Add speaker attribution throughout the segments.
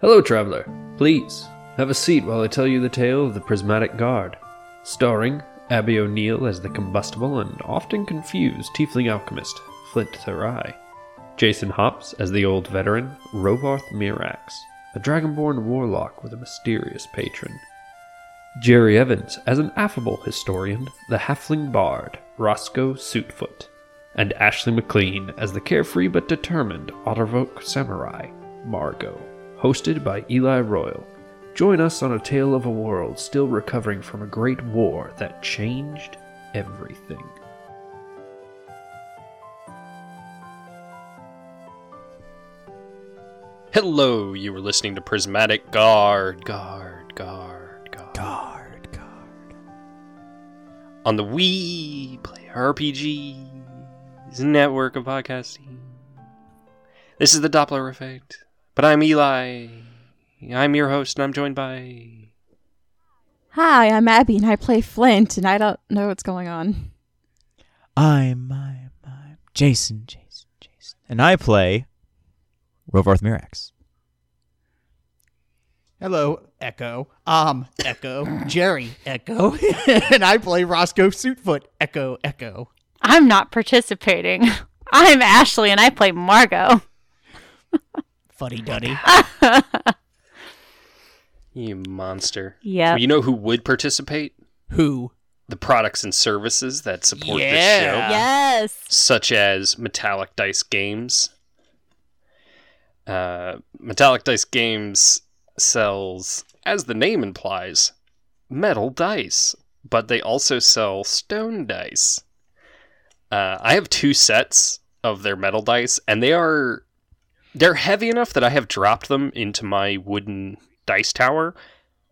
Speaker 1: Hello, traveler. Please, have a seat while I tell you the tale of the Prismatic Guard. Starring Abby O'Neill as the combustible and often confused tiefling alchemist, Flint Therai. Jason Hops as the old veteran, Rovarth Mirax, a dragonborn warlock with a mysterious patron. Jerry Evans as an affable historian, the halfling bard, Roscoe Suitfoot. And Ashley McLean as the carefree but determined Ottervoke samurai, Margot, hosted by Eli Royal. Join us on a tale of a world still recovering from a great war that changed everything.
Speaker 2: Hello, you were listening to Prismatic Guard, Guard, Guard, Guard.
Speaker 3: Guard, guard.
Speaker 2: On the Wii Play RPGs network of podcasting. This is the Doppler effect. But I'm Eli. I'm your host, and I'm joined by.
Speaker 4: Hi, I'm Abby and I play Flint and I don't know what's going on.
Speaker 3: I'm, I'm, I'm Jason, Jason, Jason. And I play Rovarth Mirax.
Speaker 5: Hello, Echo. Um, Echo. Jerry, Echo. and I play Roscoe Suitfoot. Echo, Echo.
Speaker 6: I'm not participating. I'm Ashley and I play Margot.
Speaker 5: Fuddy duddy.
Speaker 2: You monster.
Speaker 6: Yep.
Speaker 2: You know who would participate?
Speaker 5: Who?
Speaker 2: The products and services that support
Speaker 5: Yeah.
Speaker 2: this show,
Speaker 6: Yes.
Speaker 2: such as Metallic Dice Games. Uh, Metallic Dice Games sells, as the name implies, metal dice, but they also sell stone dice. Uh, I have two sets of their metal dice, and they are they're heavy enough that I have dropped them into my wooden dice tower.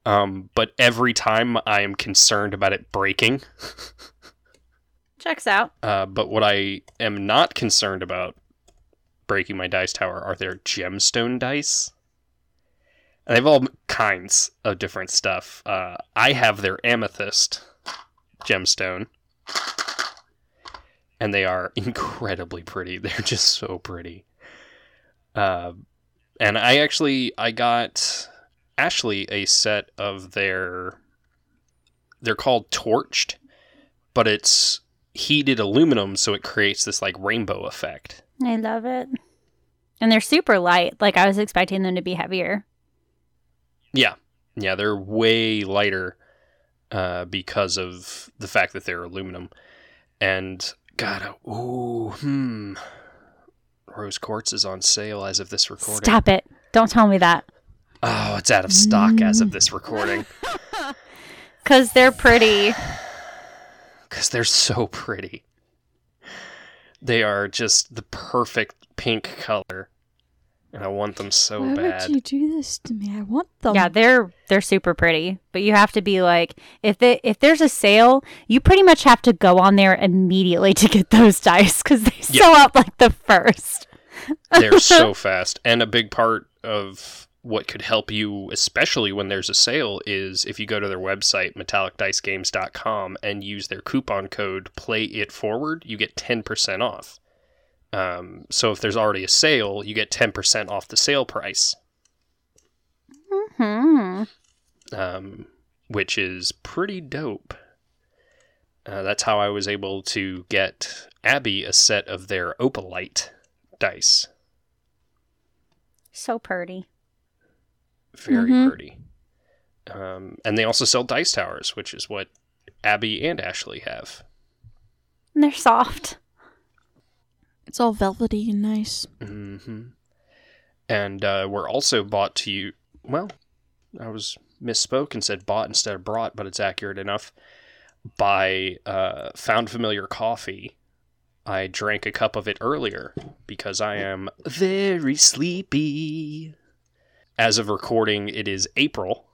Speaker 2: Um, but every time I am concerned about it breaking.
Speaker 6: Checks out.
Speaker 2: Uh, but what I am not concerned about breaking my dice tower are their gemstone dice. And they have all kinds of different stuff. Uh, I have their amethyst gemstone. And they are incredibly pretty. They're just so pretty. Uh, and I actually I got Ashley a set of their they're called torched, but it's heated aluminum so it creates this like rainbow effect.
Speaker 6: I love it. And they're super light. Like I was expecting them to be heavier.
Speaker 2: Yeah. Yeah, they're way lighter uh, because of the fact that they're aluminum. And God, oh, ooh, hmm. Rose quartz is on sale as of this recording.
Speaker 6: Stop it. Don't tell me that.
Speaker 2: Oh, it's out of stock as of
Speaker 4: Mm.
Speaker 2: this recording
Speaker 6: Cuz they're pretty.
Speaker 2: because they're so pretty. They are just the perfect pink color, and I want them so
Speaker 4: Why
Speaker 2: bad.
Speaker 4: would you do this to me? I want them.
Speaker 6: Yeah, they're they're super pretty. But you have to be like if they, if there's a sale, you pretty much have to go on there immediately to get those dice cuz they
Speaker 2: Yeah.
Speaker 6: sell out like the first.
Speaker 2: they're so fast and a big part of what could help you especially when there's a sale is if you go to their website metallicdicegames.com and use their coupon code play it forward you get 10% off um, so if there's already a sale you get 10% off the sale price
Speaker 6: Hmm.
Speaker 2: um, which is pretty dope uh, that's how i was able to get abby a set of their opalite dice
Speaker 6: So pretty.
Speaker 2: very
Speaker 4: Mhm.
Speaker 2: pretty. Um, and they also sell dice towers, which is what Abby and Ashley have.
Speaker 6: And they're soft.
Speaker 4: It's all velvety and nice.
Speaker 2: hmm And uh, were also bought to you. Well, I was misspoke and said bought instead of brought, but it's accurate enough. By uh, Found Familiar Coffee. I drank a cup of it earlier because I am very sleepy. As of recording, it is April,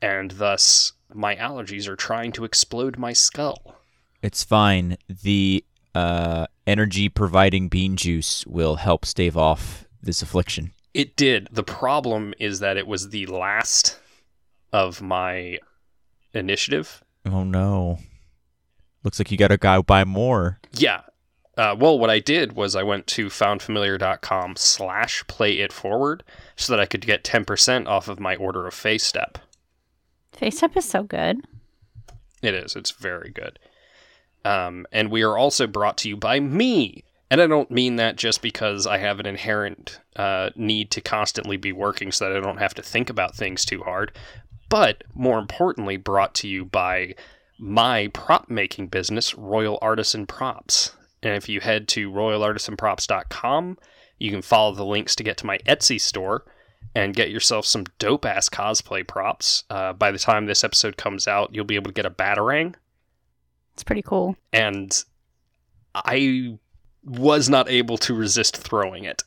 Speaker 2: and thus my allergies are trying to explode my skull.
Speaker 3: It's fine. The uh, energy providing bean juice will help stave off this affliction.
Speaker 2: It did. The problem is that it was the last of my initiative.
Speaker 3: Oh no. Looks like you gotta go buy more.
Speaker 2: Yeah. Uh, well, what I did was I went to foundfamiliar.com slash play it forward so that I could get 10% off of my order of face step.
Speaker 6: FaceTap is so good.
Speaker 2: It is. It's very good. Um, and we are also brought to you by me. And I don't mean that just because I have an inherent uh, need to constantly be working so that I don't have to think about things too hard, but more importantly, brought to you by my prop making business, Royal Artisan Props. And if you head to royalartisanprops.com, you can follow the links to get to my Etsy store and get yourself some dope ass cosplay props. Uh, by the time this episode comes out, you'll be able to get a Batarang.
Speaker 6: It's pretty cool.
Speaker 2: And I was not able to resist throwing it.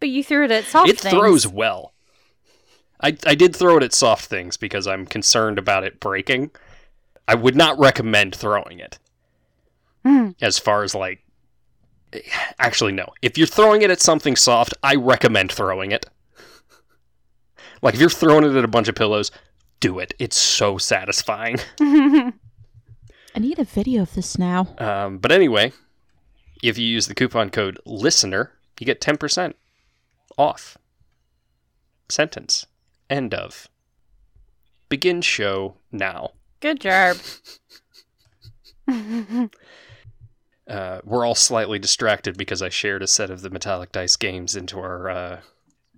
Speaker 6: But you threw it at soft
Speaker 2: it
Speaker 6: things.
Speaker 2: throws well. I, I did throw it at soft things because I'm concerned about it breaking. I would not recommend throwing it.
Speaker 6: Hmm.
Speaker 2: As far as like. Actually, no. If you're throwing it at something soft, I recommend throwing it. like, if you're throwing it at a bunch of pillows, do it. It's so satisfying.
Speaker 4: I need a video of this now.
Speaker 2: Um, but anyway, if you use the coupon code LISTENER, you get 10% off. Sentence. End of. Begin show now.
Speaker 6: Good job.
Speaker 2: Uh, we're all slightly distracted because I shared a set of the Metallic Dice games into our uh,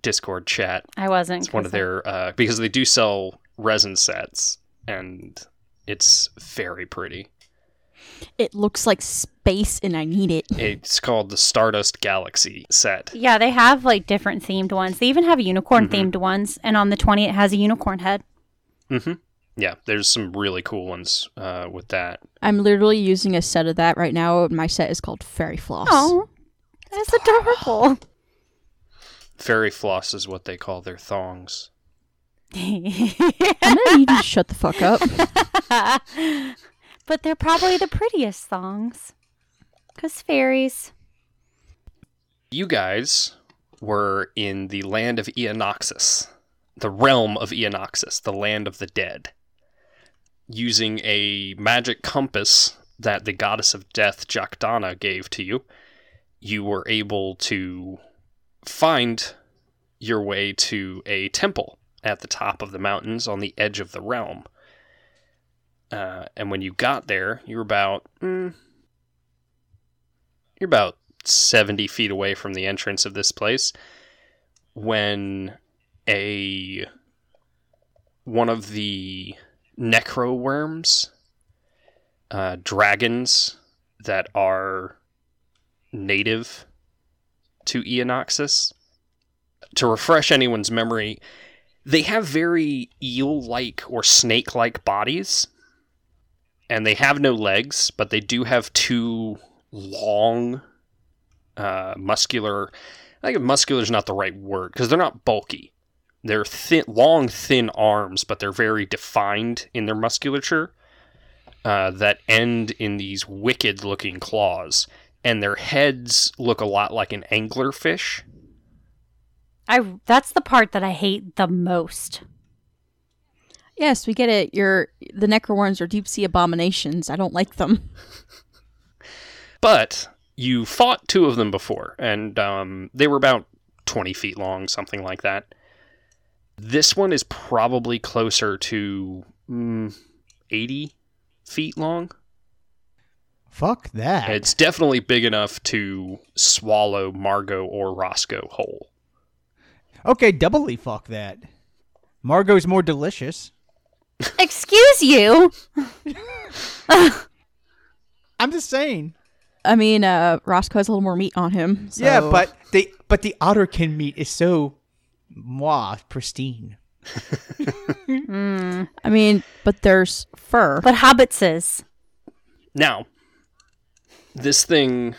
Speaker 2: Discord chat.
Speaker 6: I wasn't.
Speaker 2: It's one of
Speaker 6: 'cause I-
Speaker 2: their, uh, because they do sell resin sets, and it's very pretty.
Speaker 4: It looks like space and I need it.
Speaker 2: It's called the Stardust Galaxy set.
Speaker 6: Yeah, they have like different themed ones. They even have unicorn
Speaker 2: Mm-hmm.
Speaker 6: themed ones, and on the twenty, it has a unicorn head.
Speaker 2: hmm Yeah, there's some really cool ones uh, with that.
Speaker 4: I'm literally using a set of that right now. My set is called Fairy Floss.
Speaker 6: Oh, that's adorable.
Speaker 2: Fairy floss is what they call their thongs.
Speaker 4: I'm gonna need you to shut the fuck up.
Speaker 6: but they're probably the prettiest songs, cause fairies.
Speaker 2: You guys were in the land of Eonoxus, the realm of Eonoxus, the land of the dead, using a magic compass that the goddess of death, Jokdana, gave to you. You were able to find your way to a temple at the top of the mountains on the edge of the realm. Uh, and when you got there, you were about mm, you're about 70 feet away from the entrance of this place when a one of the necro worms uh, dragons that are native to Eonoxus. To refresh anyone's memory, they have very eel like or snake like bodies, and they have no legs, but they do have two long uh, muscular. I think muscular is not the right word because they're not bulky. They're thin, long, thin arms, but they're very defined in their musculature uh, that end in these wicked-looking claws, and their heads look a lot like an anglerfish.
Speaker 6: I that's the part that I hate the most.
Speaker 4: yes, we get it. Your the necroworms are deep sea abominations. I don't like them.
Speaker 2: But you fought two of them before, and um, they were about 20 feet long, something like that. This one is probably closer to mm, 80 feet long.
Speaker 5: Fuck that.
Speaker 2: And it's definitely big enough to swallow Margot or Roscoe whole.
Speaker 5: Okay, doubly fuck that. Margot's more delicious.
Speaker 6: Excuse you.
Speaker 5: I'm just saying.
Speaker 4: I mean, uh, Roscoe has a little more meat on him. so-
Speaker 5: Yeah, but the but the otterkin meat is so moi pristine.
Speaker 6: Mm.
Speaker 4: I mean, but there's fur.
Speaker 6: But hobbitses.
Speaker 2: Now, this thing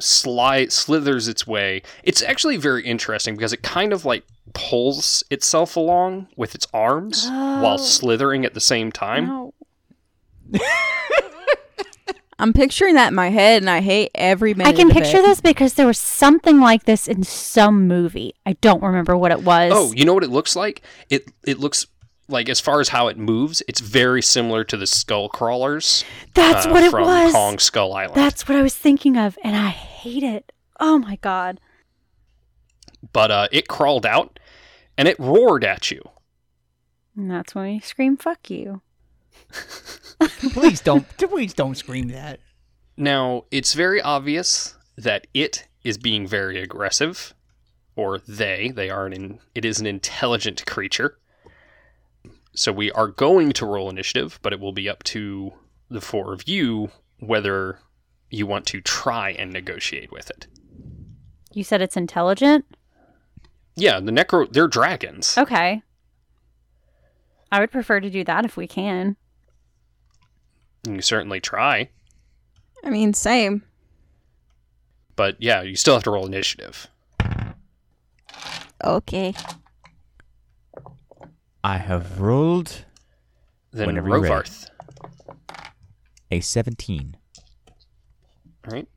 Speaker 2: sli- slithers its way. It's actually very interesting because it kind of like pulls itself along with its arms
Speaker 6: Oh.
Speaker 2: while slithering at the same time.
Speaker 4: No. I'm picturing that in my head, and I hate every minute.
Speaker 6: I can
Speaker 4: of
Speaker 6: picture
Speaker 4: it.
Speaker 6: this because there was something like this in some movie. I don't remember what it was.
Speaker 2: Oh, you know what it looks like? It it looks like as far as how it moves, it's very similar to the skull crawlers.
Speaker 6: That's
Speaker 2: uh,
Speaker 6: what it
Speaker 2: from
Speaker 6: was.
Speaker 2: Kong Skull Island.
Speaker 6: That's what I was thinking of, and I hate it. Oh my god.
Speaker 2: But uh, it crawled out and it roared at you.
Speaker 6: And that's when we scream, fuck you.
Speaker 5: please don't, please don't scream that.
Speaker 2: Now, it's very obvious that it is being very aggressive, or they, they are an in, it is an intelligent creature. So we are going to roll initiative, but it will be up to the four of you whether you want to try and negotiate with it.
Speaker 6: You said it's intelligent?
Speaker 2: Yeah, the necro they're dragons.
Speaker 6: Okay. I would prefer to do that if we can.
Speaker 2: You can certainly try,
Speaker 4: I mean, same.
Speaker 2: but yeah, you still have to roll initiative.
Speaker 4: Okay.
Speaker 3: I have rolled
Speaker 2: Then
Speaker 3: Whenever you're ready.
Speaker 2: Rovarth.
Speaker 3: a 17.
Speaker 2: All right.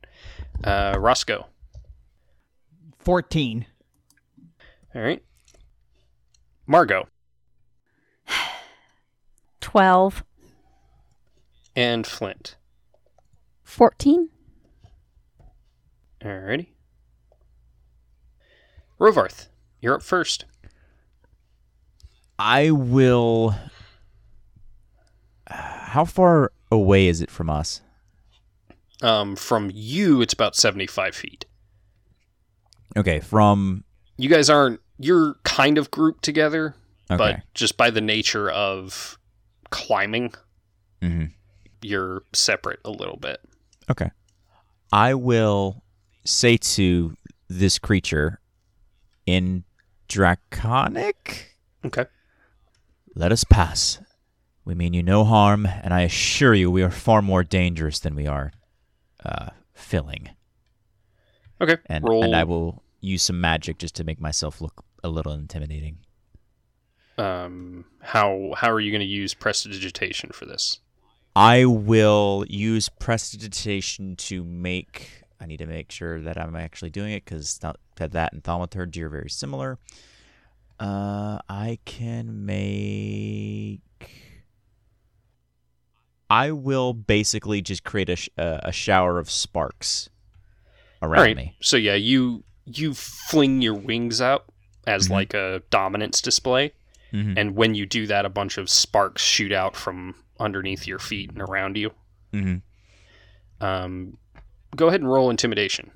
Speaker 2: Uh Roscoe.
Speaker 5: Fourteen.
Speaker 2: All right. Margot.
Speaker 6: 12.
Speaker 2: and Flint.
Speaker 4: 14?
Speaker 2: Alrighty. Rovarth, you're up first.
Speaker 3: I will. How far away is it from us?
Speaker 2: Um, from you, it's about 75 feet.
Speaker 3: Okay, from.
Speaker 2: You guys aren't, you're kind of grouped together,
Speaker 3: Okay.
Speaker 2: but just by the nature of climbing,
Speaker 3: Mhm.
Speaker 2: you're separate a little bit.
Speaker 3: Okay. I will say to this creature in Draconic,
Speaker 2: Okay.
Speaker 3: let us pass. We mean you no harm, and I assure you we are far more dangerous than we are uh, filling.
Speaker 2: Okay.
Speaker 3: And,
Speaker 2: roll,
Speaker 3: and I will use some magic just to make myself look a little intimidating.
Speaker 2: Um, how, how are you going to use prestidigitation for this?
Speaker 3: I will use prestidigitation to make. I need to make sure that I'm actually doing it because that and thaumaturgy are very similar. Uh, I can make. I will basically just create a, sh- a a shower of sparks around
Speaker 2: All right.
Speaker 3: me.
Speaker 2: So yeah, you, you fling your wings out as
Speaker 3: Mhm.
Speaker 2: like a dominance display.
Speaker 3: Mhm.
Speaker 2: and when you do that a bunch of sparks shoot out from underneath your feet and around you
Speaker 3: Mhm.
Speaker 2: um, go ahead and roll intimidation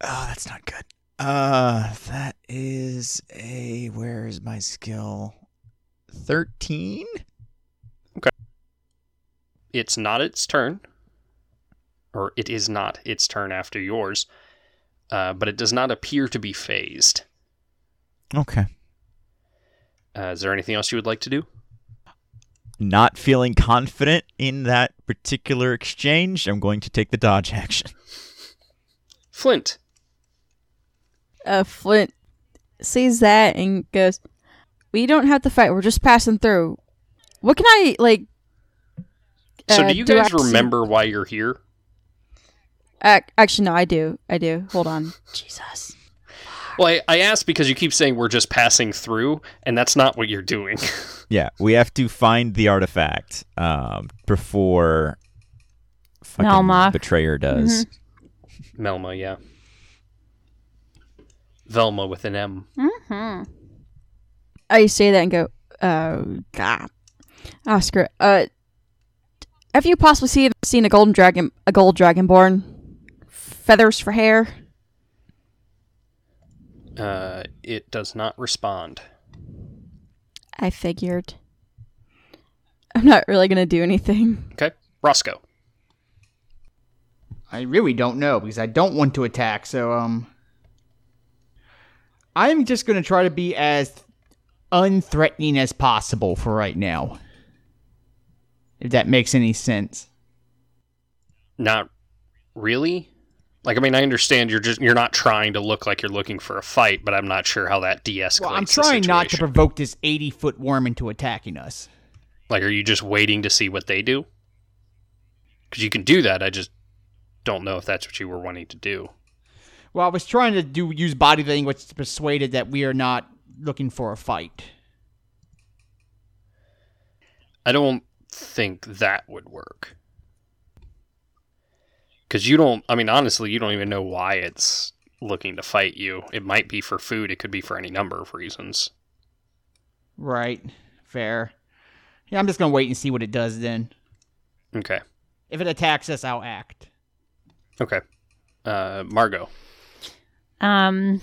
Speaker 3: Oh, that's not good. Uh, that is a. Where is my skill? 13?
Speaker 2: it's not its turn or it is not its turn after yours uh, but it does not appear to be phased
Speaker 3: Okay.
Speaker 2: uh, is there anything else you would like to do
Speaker 3: not feeling confident in that particular exchange, I'm going to take the dodge action.
Speaker 2: flint
Speaker 4: Uh, Flint sees that and goes, We don't have to fight. We're just passing through. What can I, like.
Speaker 2: so
Speaker 4: uh,
Speaker 2: do you
Speaker 4: I
Speaker 2: guys
Speaker 4: have to see-
Speaker 2: remember why you're here
Speaker 4: Ac- actually, no, I do. I do. Hold on. Jesus.
Speaker 2: well I, I asked because you keep saying we're just passing through and that's not what you're doing
Speaker 3: Yeah, we have to find the artifact um, before fucking
Speaker 6: Malmok.
Speaker 3: betrayer does.
Speaker 2: melma yeah velma with an m
Speaker 6: Mm-hmm.
Speaker 4: I say that and go, Oh, God. Ah, screw it. Uh, have you possibly seen, seen a golden dragon, a gold dragonborn? Feathers for hair?
Speaker 2: Uh, it does not respond.
Speaker 4: I figured. I'm not really gonna do anything.
Speaker 2: Okay, Roscoe.
Speaker 5: I really don't know because I don't want to attack. So um, I'm just gonna try to be as unthreatening as possible for right now. If that makes any sense.
Speaker 2: Not really. Like, I mean, I understand you're just you're not trying to look like you're looking for a fight, but I'm not sure how that de-escalates.
Speaker 5: Well, I'm
Speaker 2: the
Speaker 5: trying not to
Speaker 2: situation.
Speaker 5: provoke this 80 foot worm into attacking us.
Speaker 2: like, are you just waiting to see what they do? Because you can do that. I just don't know if that's what you were wanting to do.
Speaker 5: Well, I was trying to do use body language to persuaded that we are not looking for a fight.
Speaker 2: I don't think that would work. Because you don't, I mean, honestly, you don't even know why it's looking to fight you. It might be for food, it could be for any number of reasons.
Speaker 5: Right. Fair. Yeah, I'm just gonna wait and see what it does then.
Speaker 2: Okay.
Speaker 5: If it attacks us, I'll act.
Speaker 2: Okay. Uh, Margot.
Speaker 6: Um,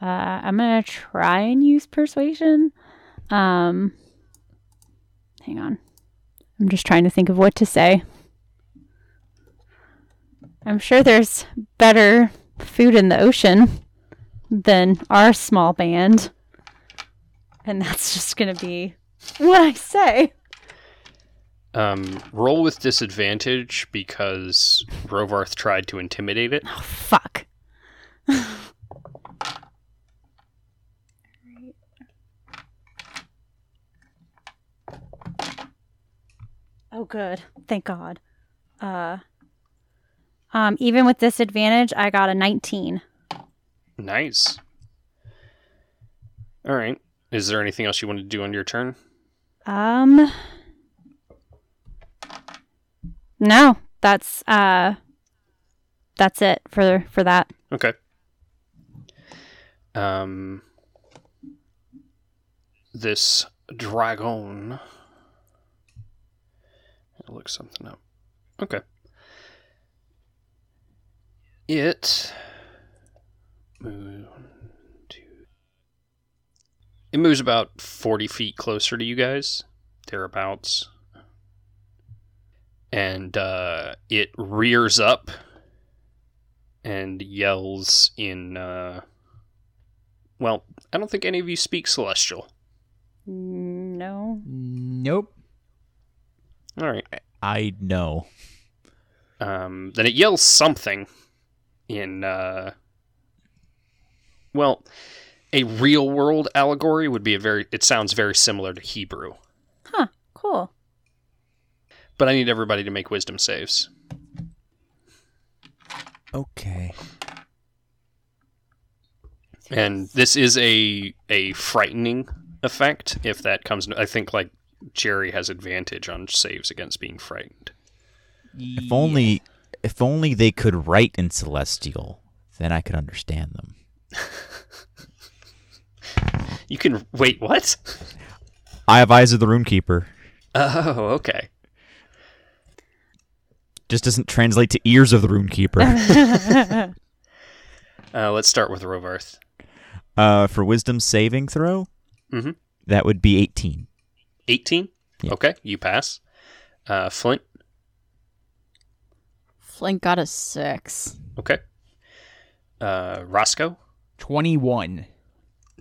Speaker 6: uh, I'm gonna try and use persuasion. Um, hang on, I'm just trying to think of what to say. I'm sure there's better food in the ocean than our small band, and that's just gonna be what I say.
Speaker 2: Um, roll with disadvantage because Rovarth tried to intimidate it.
Speaker 6: Oh fuck. oh good. Thank God. Uh um even with disadvantage, I got a 19.
Speaker 2: Nice. All right. Is there anything else you want to do on your turn?
Speaker 6: Um No, that's uh that's it for for that.
Speaker 2: Okay. Um, this dragon. I'll look something up. Okay. It. move- one, two- It moves about 40 feet closer to you guys, thereabouts. And uh, it rears up and yells in uh well i don't think any of you speak celestial
Speaker 6: No.
Speaker 5: Nope.
Speaker 2: all right
Speaker 3: I know.
Speaker 2: um then it yells something in uh well a real world allegory would be a very it sounds very similar to hebrew
Speaker 6: Huh, cool.
Speaker 2: but i need everybody to make wisdom saves
Speaker 3: Okay.
Speaker 2: and this is a a frightening effect if that comes i think like jerry has advantage on saves against being frightened
Speaker 3: If only, if only they could write in celestial, then I could understand them.
Speaker 2: you can wait what
Speaker 3: I have eyes of the Runekeeper.
Speaker 2: oh okay
Speaker 3: Just doesn't translate to ears of the Runekeeper.
Speaker 2: uh, let's start with rovarth
Speaker 3: uh, for wisdom saving throw,
Speaker 2: Mhm.
Speaker 3: that would be eighteen.
Speaker 2: 18
Speaker 3: Yeah.
Speaker 2: okay you pass uh, flint
Speaker 4: Flint got a six.
Speaker 2: okay uh, roscoe
Speaker 5: twenty-one.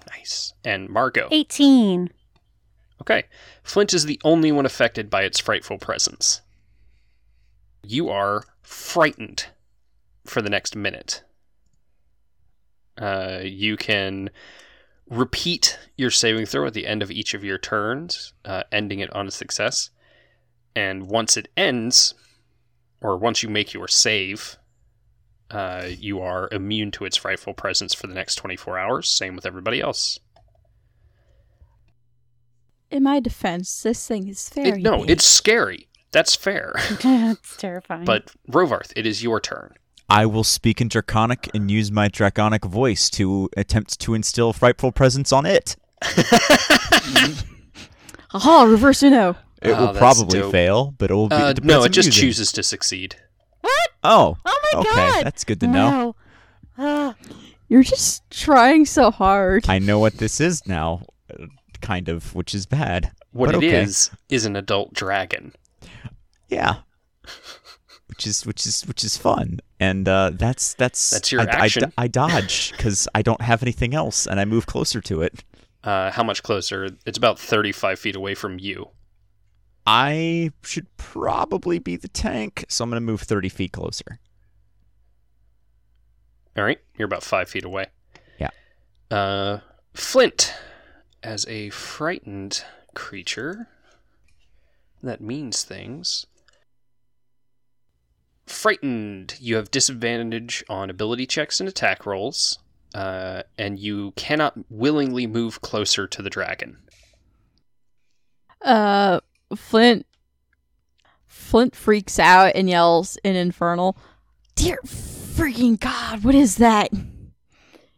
Speaker 2: nice and margot
Speaker 6: 18.
Speaker 2: okay flint is the only one affected by its frightful presence you are frightened for the next minute uh, you can repeat your saving throw at the end of each of your turns uh, ending it on a success and once it ends or once you make your save uh, you are immune to its frightful presence for the next 24 hours same with everybody else
Speaker 4: In my defense, this thing is
Speaker 2: It-
Speaker 4: very
Speaker 2: no,
Speaker 4: big.
Speaker 2: it's scary. That's fair.
Speaker 6: That's terrifying.
Speaker 2: but Rovarth, it is your turn.
Speaker 3: I will speak in Draconic and use my Draconic voice to attempt to instill frightful presence on it.
Speaker 4: aha reverse Uno.
Speaker 3: It
Speaker 2: Oh,
Speaker 3: will
Speaker 2: that's
Speaker 3: probably
Speaker 2: dope.
Speaker 3: fail, but it will be.
Speaker 2: Uh,
Speaker 3: depends
Speaker 2: no,
Speaker 3: on
Speaker 2: it just
Speaker 3: using.
Speaker 2: chooses to succeed.
Speaker 6: what?
Speaker 3: Oh,
Speaker 6: Oh my
Speaker 3: okay,
Speaker 6: god.
Speaker 3: that's good to know.
Speaker 6: Wow. Ah,
Speaker 4: You're just trying so hard.
Speaker 3: I know what this is now, uh, kind of, which is bad.
Speaker 2: What
Speaker 3: but
Speaker 2: it
Speaker 3: okay.
Speaker 2: is is an adult dragon.
Speaker 3: yeah, which is which is which is fun, and uh, that's that's
Speaker 2: That's your
Speaker 3: I, I-
Speaker 2: action.
Speaker 3: I, dodge because I don't have anything else, and I move closer to it.
Speaker 2: Uh, how much closer? It's about 35 feet away from you.
Speaker 3: I should probably be the tank, so I'm gonna move thirty feet closer.
Speaker 2: All right, you're about five feet away.
Speaker 3: Yeah.
Speaker 2: Uh, Flint, as a frightened creature that means things, Frightened. You have disadvantage on ability checks and attack rolls, uh, and you cannot willingly move closer to the dragon.
Speaker 4: Uh, Flint. Flint freaks out and yells in Infernal, "Dear freaking God, what is that?"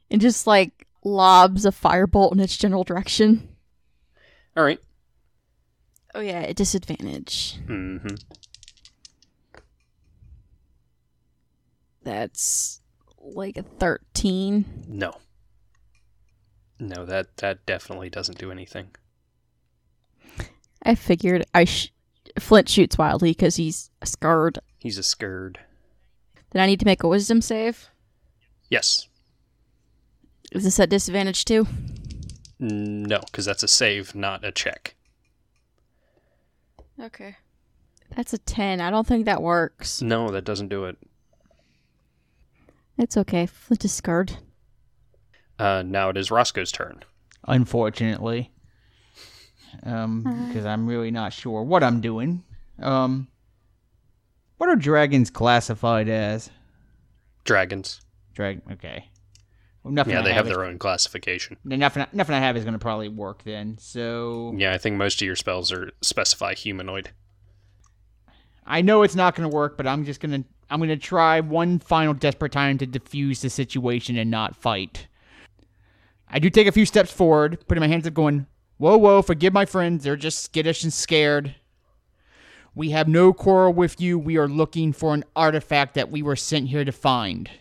Speaker 4: And just like lobs a firebolt in its general direction.
Speaker 2: All right.
Speaker 4: Oh yeah, at disadvantage.
Speaker 2: Mm-hmm.
Speaker 4: That's like a thirteen.
Speaker 2: No. No, that that definitely doesn't do anything.
Speaker 4: I figured I sh- Flint shoots wildly because he's scarred.
Speaker 2: He's a scared.
Speaker 4: Then I need to make a Wisdom save.
Speaker 2: Yes.
Speaker 4: Is this at disadvantage too?
Speaker 2: No, because that's a save, not a check.
Speaker 4: Okay. That's a ten. I don't think that works.
Speaker 2: No, that doesn't do it.
Speaker 4: It's okay. Flint is scarred.
Speaker 2: Uh, now it is Roscoe's turn.
Speaker 5: unfortunately, um, because I'm really not sure what I'm doing. Um, what are dragons classified as?
Speaker 2: Dragons.
Speaker 5: Drag. Okay. Well, nothing
Speaker 2: Yeah,
Speaker 5: I
Speaker 2: they have
Speaker 5: is-
Speaker 2: their own classification.
Speaker 5: Nothing, nothing I have is going to probably work then. So
Speaker 2: Yeah, I think most of your spells are specify humanoid.
Speaker 5: I know it's not going to work, but I'm just going to I'm going to try one final desperate time to defuse the situation and not fight. I do take a few steps forward, putting my hands up going, "Whoa, whoa, forgive my friends. They're just skittish and scared. We have no quarrel with you. We are looking for an artifact that we were sent here to find.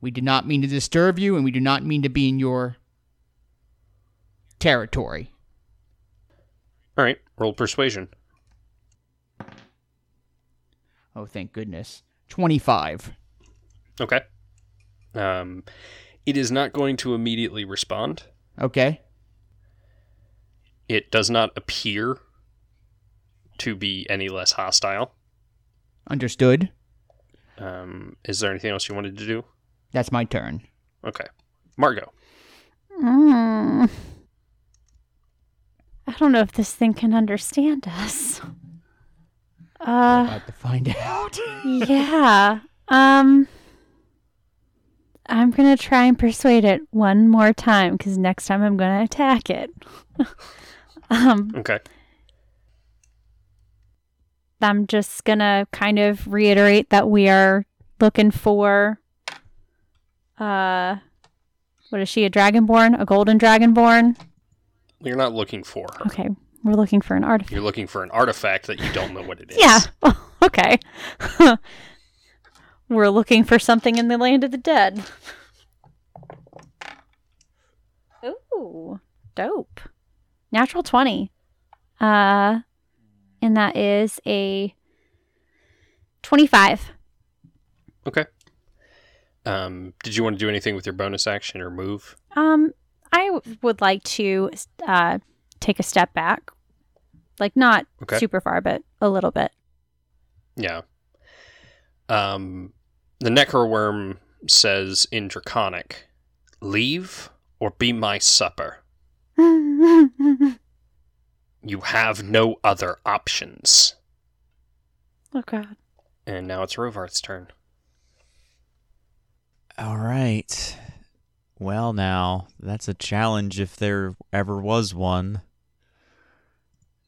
Speaker 5: We did not mean to disturb you and we do not mean to be in your territory."
Speaker 2: All right, roll persuasion.
Speaker 5: Oh, thank goodness. 25.
Speaker 2: Okay. Um, it is not going to immediately respond.
Speaker 5: Okay.
Speaker 2: It does not appear to be any less hostile.
Speaker 5: Understood.
Speaker 2: Um, is there anything else you wanted to do?
Speaker 5: That's my turn.
Speaker 2: Okay, Margot.
Speaker 6: Mm. I don't know if this thing can understand us. Uh,
Speaker 5: About to find out.
Speaker 6: yeah. Um I'm going to try and persuade it one more time cuz next time I'm going to attack it. um
Speaker 2: Okay.
Speaker 6: I'm just going to kind of reiterate that we are looking for uh what is she a dragonborn, a golden dragonborn?
Speaker 2: You're not looking for her.
Speaker 6: Okay. We're looking for an artifact.
Speaker 2: You're looking for an artifact that you don't know what it is.
Speaker 6: Yeah. okay. We're looking for something in the land of the dead. Ooh, dope. Natural 20. Uh and that is a 25.
Speaker 2: Okay. Um, did you want to do anything with your bonus action or move?
Speaker 6: Um I w- would like to uh take a step back. Like not
Speaker 2: Okay.
Speaker 6: super far, but a little bit.
Speaker 2: Yeah. Um, the Necroworm says in Draconic, "Leave or be my supper.
Speaker 6: oh
Speaker 2: You have no other options."
Speaker 6: god.
Speaker 2: And now it's Rovarth's turn.
Speaker 3: All right. Well, now that's a challenge if there ever was one.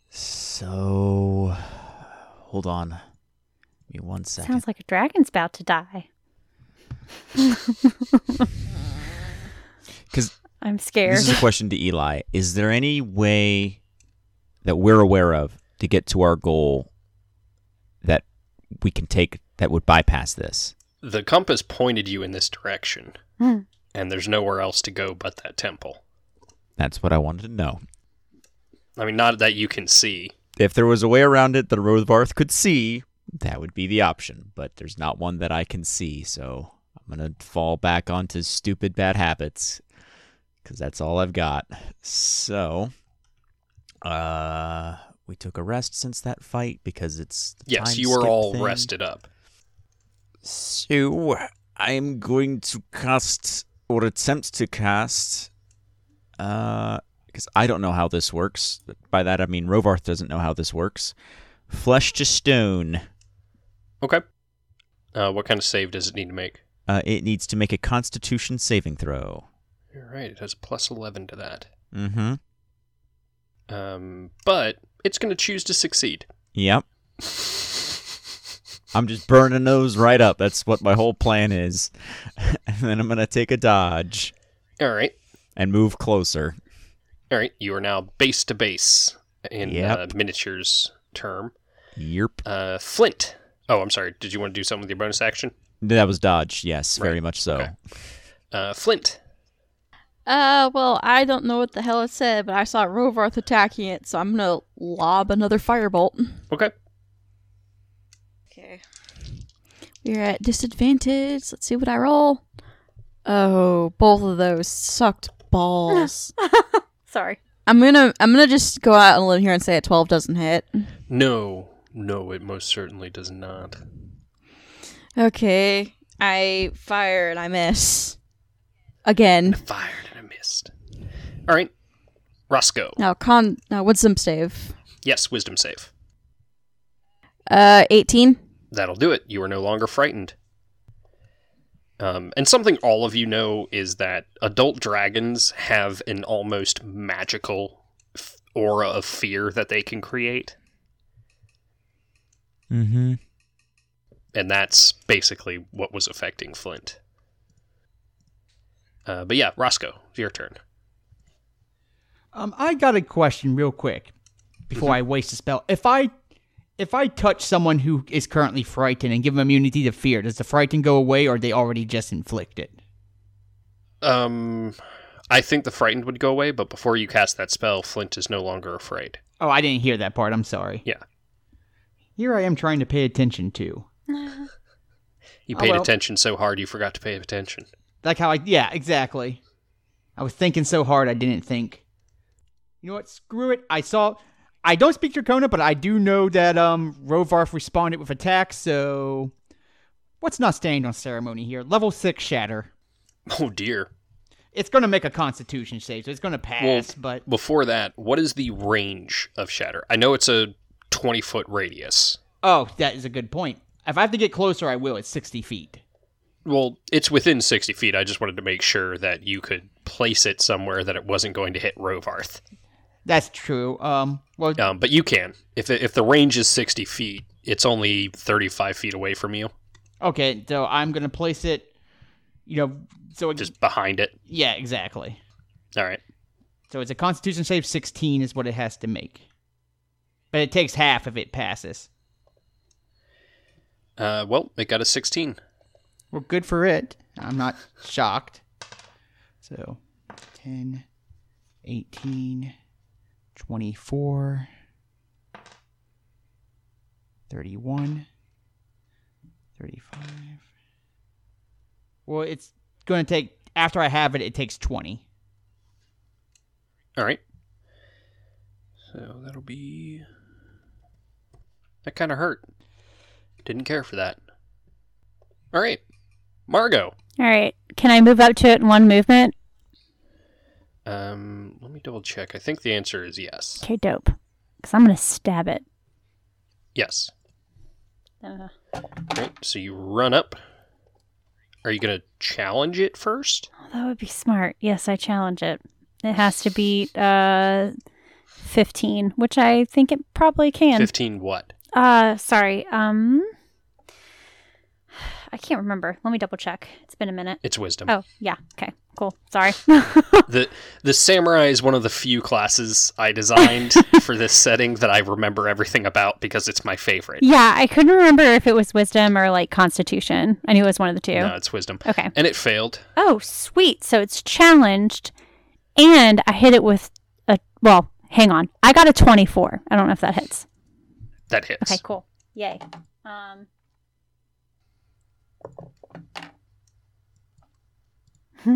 Speaker 3: So, hold on. Give me one second.
Speaker 6: Sounds like a dragon's about to die.
Speaker 3: Because
Speaker 6: I'm scared.
Speaker 3: this is a question to Eli: Is there any way that we're aware of to get to our goal that we can take that would bypass this?
Speaker 2: The compass pointed you in this direction,
Speaker 6: Hmm.
Speaker 2: and there's nowhere else to go but that temple.
Speaker 3: That's what I wanted to know.
Speaker 2: I mean, not that you can see.
Speaker 3: if there was a way around it that Rovarth could see, that would be the option. But there's not one that I can see, so I'm gonna fall back onto stupid bad habits because that's all I've got. So, uh, we took a rest since that fight because it's the
Speaker 2: Yes,
Speaker 3: time
Speaker 2: you are
Speaker 3: skip
Speaker 2: all
Speaker 3: thing.
Speaker 2: rested up.
Speaker 3: So I'm going to cast or attempt to cast uh because I don't know how this works. By that I mean Rovarth doesn't know how this works. Flesh to stone
Speaker 2: Okay. Uh, what kind of save does it need to make?
Speaker 3: Uh, it needs to make a Constitution saving throw.
Speaker 2: All right, it has plus 11 to that.
Speaker 3: Mm-hmm.
Speaker 2: Um, but it's going to choose to succeed.
Speaker 3: Yep. I'm just burning those right up. That's what my whole plan is. and then I'm gonna take a dodge
Speaker 2: All right.
Speaker 3: and move closer.
Speaker 2: All right. You are now base to base in uh,
Speaker 3: Yep.
Speaker 2: miniatures term.
Speaker 3: Yerp.
Speaker 2: Uh, Flint. Oh, I'm sorry. Did you want to do something with your bonus action?
Speaker 3: That was dodge. Yes, very much so.
Speaker 2: Okay. Uh, Flint.
Speaker 4: Uh, well, I don't know what the hell it said, but I saw Rovarth attacking it, so I'm gonna lob another firebolt.
Speaker 2: Okay.
Speaker 4: Okay. We're at disadvantage. Let's see what I roll. Oh, both of those sucked balls.
Speaker 6: Sorry.
Speaker 4: I'm gonna I'm gonna just go out on a limb here and say a twelve doesn't hit.
Speaker 2: No. No, it most certainly does not.
Speaker 4: Okay. I fire and I miss.
Speaker 3: Mm.
Speaker 4: Again.
Speaker 2: Fired and I missed. All right. Roscoe.
Speaker 4: Now con now what's some save?
Speaker 2: Yes, wisdom save.
Speaker 4: Uh eighteen?
Speaker 2: That'll do it. You are no longer frightened. Um, and something all of you know is that adult dragons have an almost magical f- aura of fear that they can create.
Speaker 3: Mm-hmm.
Speaker 2: And that's basically what was affecting Flint. Uh, but yeah, Roscoe, your turn.
Speaker 5: Um, I got a question real quick before I waste a spell. If I if I touch someone who is currently frightened and give them immunity to fear, does the frighten go away, or they already just inflict it?
Speaker 2: Um, I think the frightened would go away, but before you cast that spell, Flint is no longer afraid.
Speaker 5: Oh, I didn't hear that part. I'm sorry.
Speaker 2: Yeah.
Speaker 5: Here I am trying to pay attention to.
Speaker 2: You
Speaker 5: Oh,
Speaker 2: paid
Speaker 5: well.
Speaker 2: attention so hard you forgot to pay attention.
Speaker 5: Like how I yeah, exactly. I was thinking so hard I didn't think. You know what? Screw it. I saw I don't speak Dracona, but I do know that um Rovarth responded with attack, so what's not stand on ceremony here? Level six shatter.
Speaker 2: Oh dear.
Speaker 5: It's gonna make a constitution save, so it's gonna pass, but
Speaker 2: Before that, what is the range of Shatter? I know it's a 20 foot radius.
Speaker 5: oh, that is a good point. If I have to get closer I will, it's sixty feet.
Speaker 2: Well, it's within 60 feet. I just wanted to make sure that you could place it somewhere that it wasn't going to hit Rovarth.
Speaker 5: That's true. Um well
Speaker 2: Um, but you can. If, if the range is 60 feet, it's only 35 feet away from you,
Speaker 5: okay, so I'm gonna place it you know so it,
Speaker 2: just behind it.
Speaker 5: yeah, exactly.
Speaker 2: All right.
Speaker 5: So it's a Constitution save 16 is what it has to make. But it takes half if it passes.
Speaker 2: Uh, well, it got a 16.
Speaker 5: Well, good for it. I'm not shocked. So 10, 18, 24, 31, 35. Well, it's going to take, after I have it, it takes 20.
Speaker 2: All right. So that'll be. That kind of hurt. Didn't care for that. All right. Margot.
Speaker 6: All right. Can I move up to it in one movement?
Speaker 2: Um, let me double check. I think the answer is yes.
Speaker 6: Okay, dope. Because I'm going to stab it.
Speaker 2: Yes.
Speaker 6: Uh,
Speaker 2: All right. So you run up. Are you going to challenge it first?
Speaker 6: oh, that would be smart. Yes, I challenge it. It has to beat uh, 15, which I think it probably can.
Speaker 2: 15 what?
Speaker 6: Uh, sorry. Um, I can't remember. Let me double check. It's been a minute.
Speaker 2: It's wisdom.
Speaker 6: Oh, yeah. Okay. Cool. Sorry.
Speaker 2: The the samurai is one of the few classes I designed for this setting that I remember everything about because it's my favorite.
Speaker 6: yeah, I couldn't remember if it was wisdom or like constitution. I knew it was one of the two.
Speaker 2: No, it's wisdom.
Speaker 6: Okay.
Speaker 2: And it failed.
Speaker 6: Oh, sweet. So it's challenged, and I hit it with a. Well, hang on. I got a 24. I don't know if that hits.
Speaker 2: That hits.
Speaker 6: Okay, cool. Yay. Um.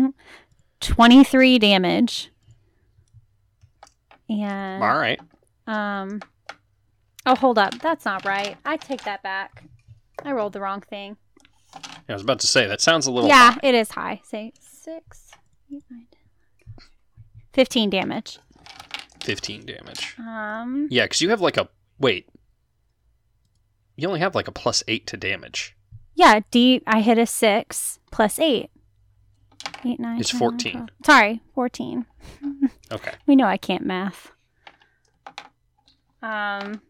Speaker 6: Twenty-three damage. And
Speaker 2: All right.
Speaker 6: um. Oh, hold up. That's not right. I take that back. I rolled the wrong thing.
Speaker 2: I was about to say that sounds a little
Speaker 6: Yeah, it is high. Say six, eight, nine, 10, 15 damage.
Speaker 2: 15 damage.
Speaker 6: Um,
Speaker 2: Yeah, because you have like a wait. you only have like a plus eight to damage.
Speaker 6: Yeah, D. I hit a six plus eight. Eight, nine.
Speaker 2: It's
Speaker 6: ten,
Speaker 2: 14.
Speaker 6: eleven, twelve. Sorry, 14.
Speaker 2: Okay.
Speaker 6: We know I can't math. Um,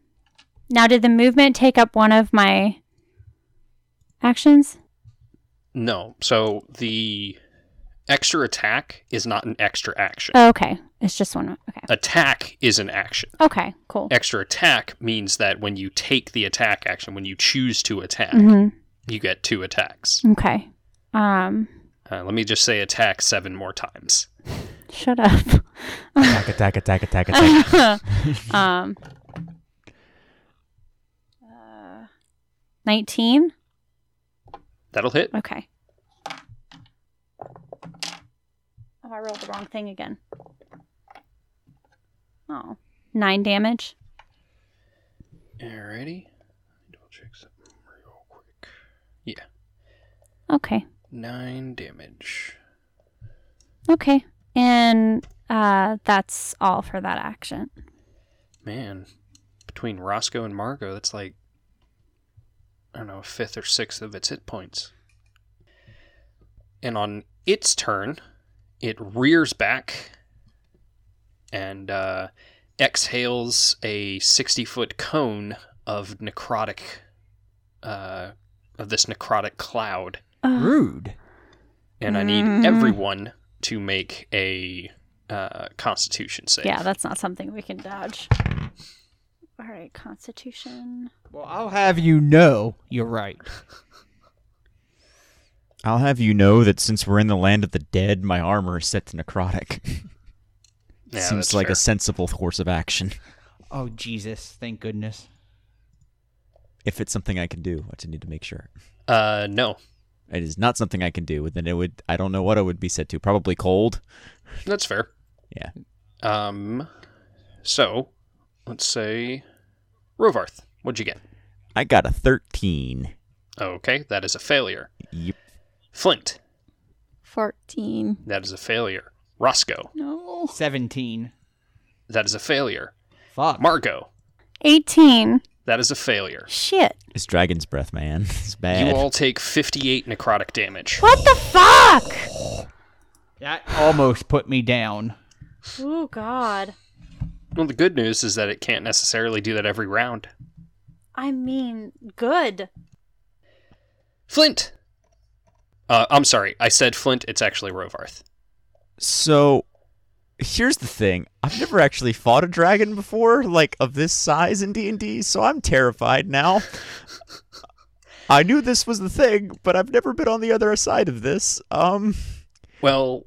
Speaker 6: now, did the movement take up one of my actions?
Speaker 2: No. So the extra attack is not an extra action.
Speaker 6: Oh, okay. It's just one. Okay.
Speaker 2: attack is an action.
Speaker 6: Okay, cool.
Speaker 2: Extra attack means that when you take the attack action, when you choose to attack,
Speaker 6: Mm-hmm.
Speaker 2: you get two attacks.
Speaker 6: Okay. Um,
Speaker 2: Uh, let me just say attack seven more times.
Speaker 6: shut up.
Speaker 3: Attack, attack, attack, attack, attack.
Speaker 6: um, uh, 19?
Speaker 2: That'll hit.
Speaker 6: Okay. Oh, I rolled the wrong thing again. Oh, nine damage.
Speaker 2: Alrighty. Double check something real quick.
Speaker 6: Okay.
Speaker 2: Nine damage.
Speaker 6: Okay. And uh, that's all for that action.
Speaker 2: Man, between Roscoe and Margot, that's like I don't know, a fifth or sixth of its hit points. And on its turn, it rears back and uh, exhales a sixty-foot cone of necrotic, uh, of this necrotic cloud.
Speaker 6: Ugh.
Speaker 5: Rude.
Speaker 2: And I
Speaker 4: Mm.
Speaker 2: need everyone to make a uh, Constitution save.
Speaker 6: yeah, that's not something we can dodge. All right, Constitution.
Speaker 5: Well, I'll have you know you're right.
Speaker 3: I'll have you know that since we're in the land of the dead, my armor is set to necrotic.
Speaker 2: Yeah,
Speaker 3: Seems
Speaker 2: that's
Speaker 3: like
Speaker 2: fair.
Speaker 3: a sensible course of action.
Speaker 5: Oh Jesus! Thank goodness.
Speaker 3: If it's something I can do, I just need to make sure.
Speaker 2: Uh, no,
Speaker 3: It is not something I can do. Then it would. I don't know what it would be set to. Probably cold.
Speaker 2: that's fair.
Speaker 3: Yeah.
Speaker 2: Um, so let's say Rovarth. What'd you get?
Speaker 3: I got a thirteen.
Speaker 2: Okay, that is a failure.
Speaker 3: Yep.
Speaker 2: Flint,
Speaker 4: 14.
Speaker 2: that is a failure. Roscoe,
Speaker 4: No.
Speaker 5: Seventeen.
Speaker 2: that is a failure.
Speaker 5: Fuck.
Speaker 2: Margot,
Speaker 6: 18.
Speaker 2: that is a failure.
Speaker 6: Shit.
Speaker 3: It's dragon's breath, man. It's bad.
Speaker 2: You all take 58 necrotic damage.
Speaker 6: What the fuck?
Speaker 5: That almost put me down.
Speaker 6: Oh, God.
Speaker 2: Well, the good news is that it can't necessarily do that every round.
Speaker 6: I mean, good.
Speaker 2: Flint! Uh, I'm sorry, I said Flint, it's actually Rovarth.
Speaker 3: So here's the thing. I've never actually fought a dragon before, like of this size in D&D, so I'm terrified now. I knew this was the thing, but I've never been on the other side of this. Um
Speaker 2: Well,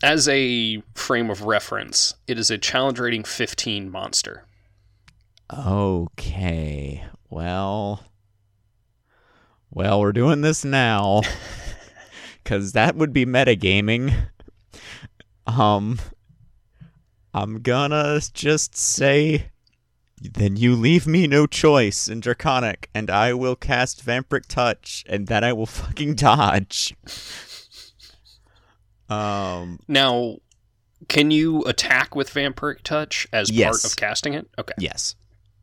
Speaker 2: as a frame of reference, it is a challenge rating 15 monster.
Speaker 3: okay. Well, well, we're doing this now cuz that would be metagaming. Um I'm gonna just say Then you leave me no choice in Draconic, and I will cast Vampiric Touch, and then I will fucking dodge. Um,
Speaker 2: Now, can you attack with vampiric touch as
Speaker 3: Yes.
Speaker 2: part of casting it? Okay.
Speaker 3: yes.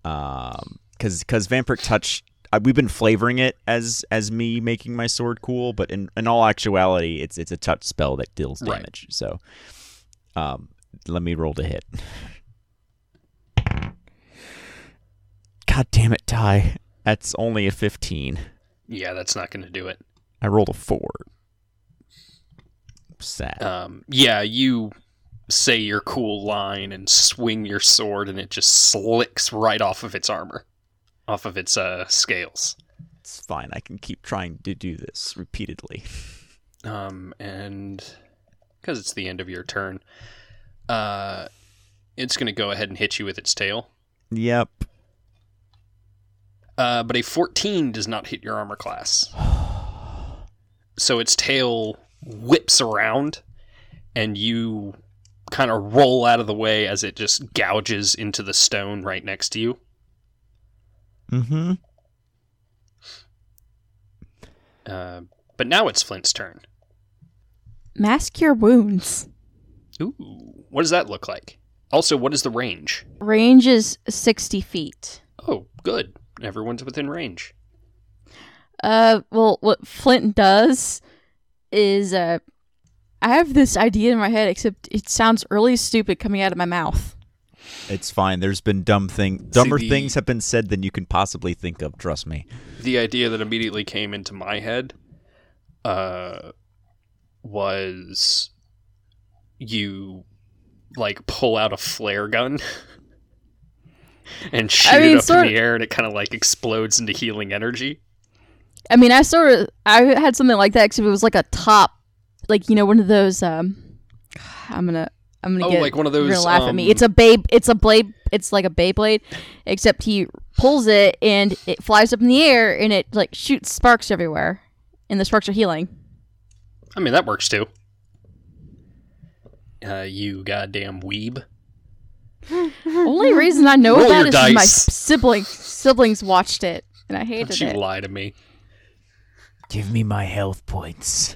Speaker 3: Um, cause, cause Vampiric Touch, I, we've been flavoring it as as me making my sword cool, but in, in all actuality, it's it's a touch spell that deals
Speaker 2: Right.
Speaker 3: damage. So, um, let me roll to hit. God damn it, Ty! That's only a fifteen.
Speaker 2: Yeah, that's not going to do it.
Speaker 3: I rolled a four. Sad.
Speaker 2: Um, yeah, you say your cool line and swing your sword, and it just slicks right off of its armor, off of its uh, scales.
Speaker 3: it's fine. I can keep trying to do this repeatedly.
Speaker 2: Um, and because it's the end of your turn, uh, it's going to go ahead and hit you with its tail.
Speaker 3: Yep.
Speaker 2: Uh, but a 14 does not hit your armor class. So its tail whips around, and you kind of roll out of the way as it just gouges into the stone right next to you.
Speaker 3: Mm-hmm.
Speaker 2: Uh, but now it's Flint's turn.
Speaker 4: Mask your wounds.
Speaker 2: Ooh, what does that look like? Also, what is the range?
Speaker 4: Range is 60 feet.
Speaker 2: Oh, good. everyone's within range.
Speaker 4: Uh, well, what Flint does is, uh, I have this idea in my head, except it sounds really stupid coming out of my mouth.
Speaker 3: It's fine. There's been dumb thing, dumber
Speaker 2: the-
Speaker 3: things have been said than you can possibly think of. Trust me.
Speaker 2: the idea that immediately came into my head uh, was you like pull out a flare gun and shoot
Speaker 4: mean,
Speaker 2: it up
Speaker 4: sort-
Speaker 2: in the air and it kind of like explodes into healing energy
Speaker 4: I mean, I sort of, I had something like that, except it was like a top, like you know, one of those. Um, I'm gonna, I'm gonna
Speaker 2: Oh,
Speaker 4: get
Speaker 2: like one of
Speaker 4: you're gonna
Speaker 2: those,
Speaker 4: laugh at
Speaker 2: um,
Speaker 4: me. It's a babe. It's a blade. It's like a Beyblade, except he pulls it and it flies up in the air and it like shoots sparks everywhere, and the sparks are healing.
Speaker 2: i mean that works too uh, you goddamn weeb
Speaker 4: Only reason I know
Speaker 2: Roll
Speaker 4: about
Speaker 2: your
Speaker 4: it is 'cause my
Speaker 2: dice.
Speaker 4: siblings siblings watched it and I hated
Speaker 2: don't you
Speaker 4: it.
Speaker 2: lie to me
Speaker 3: Give me my health points.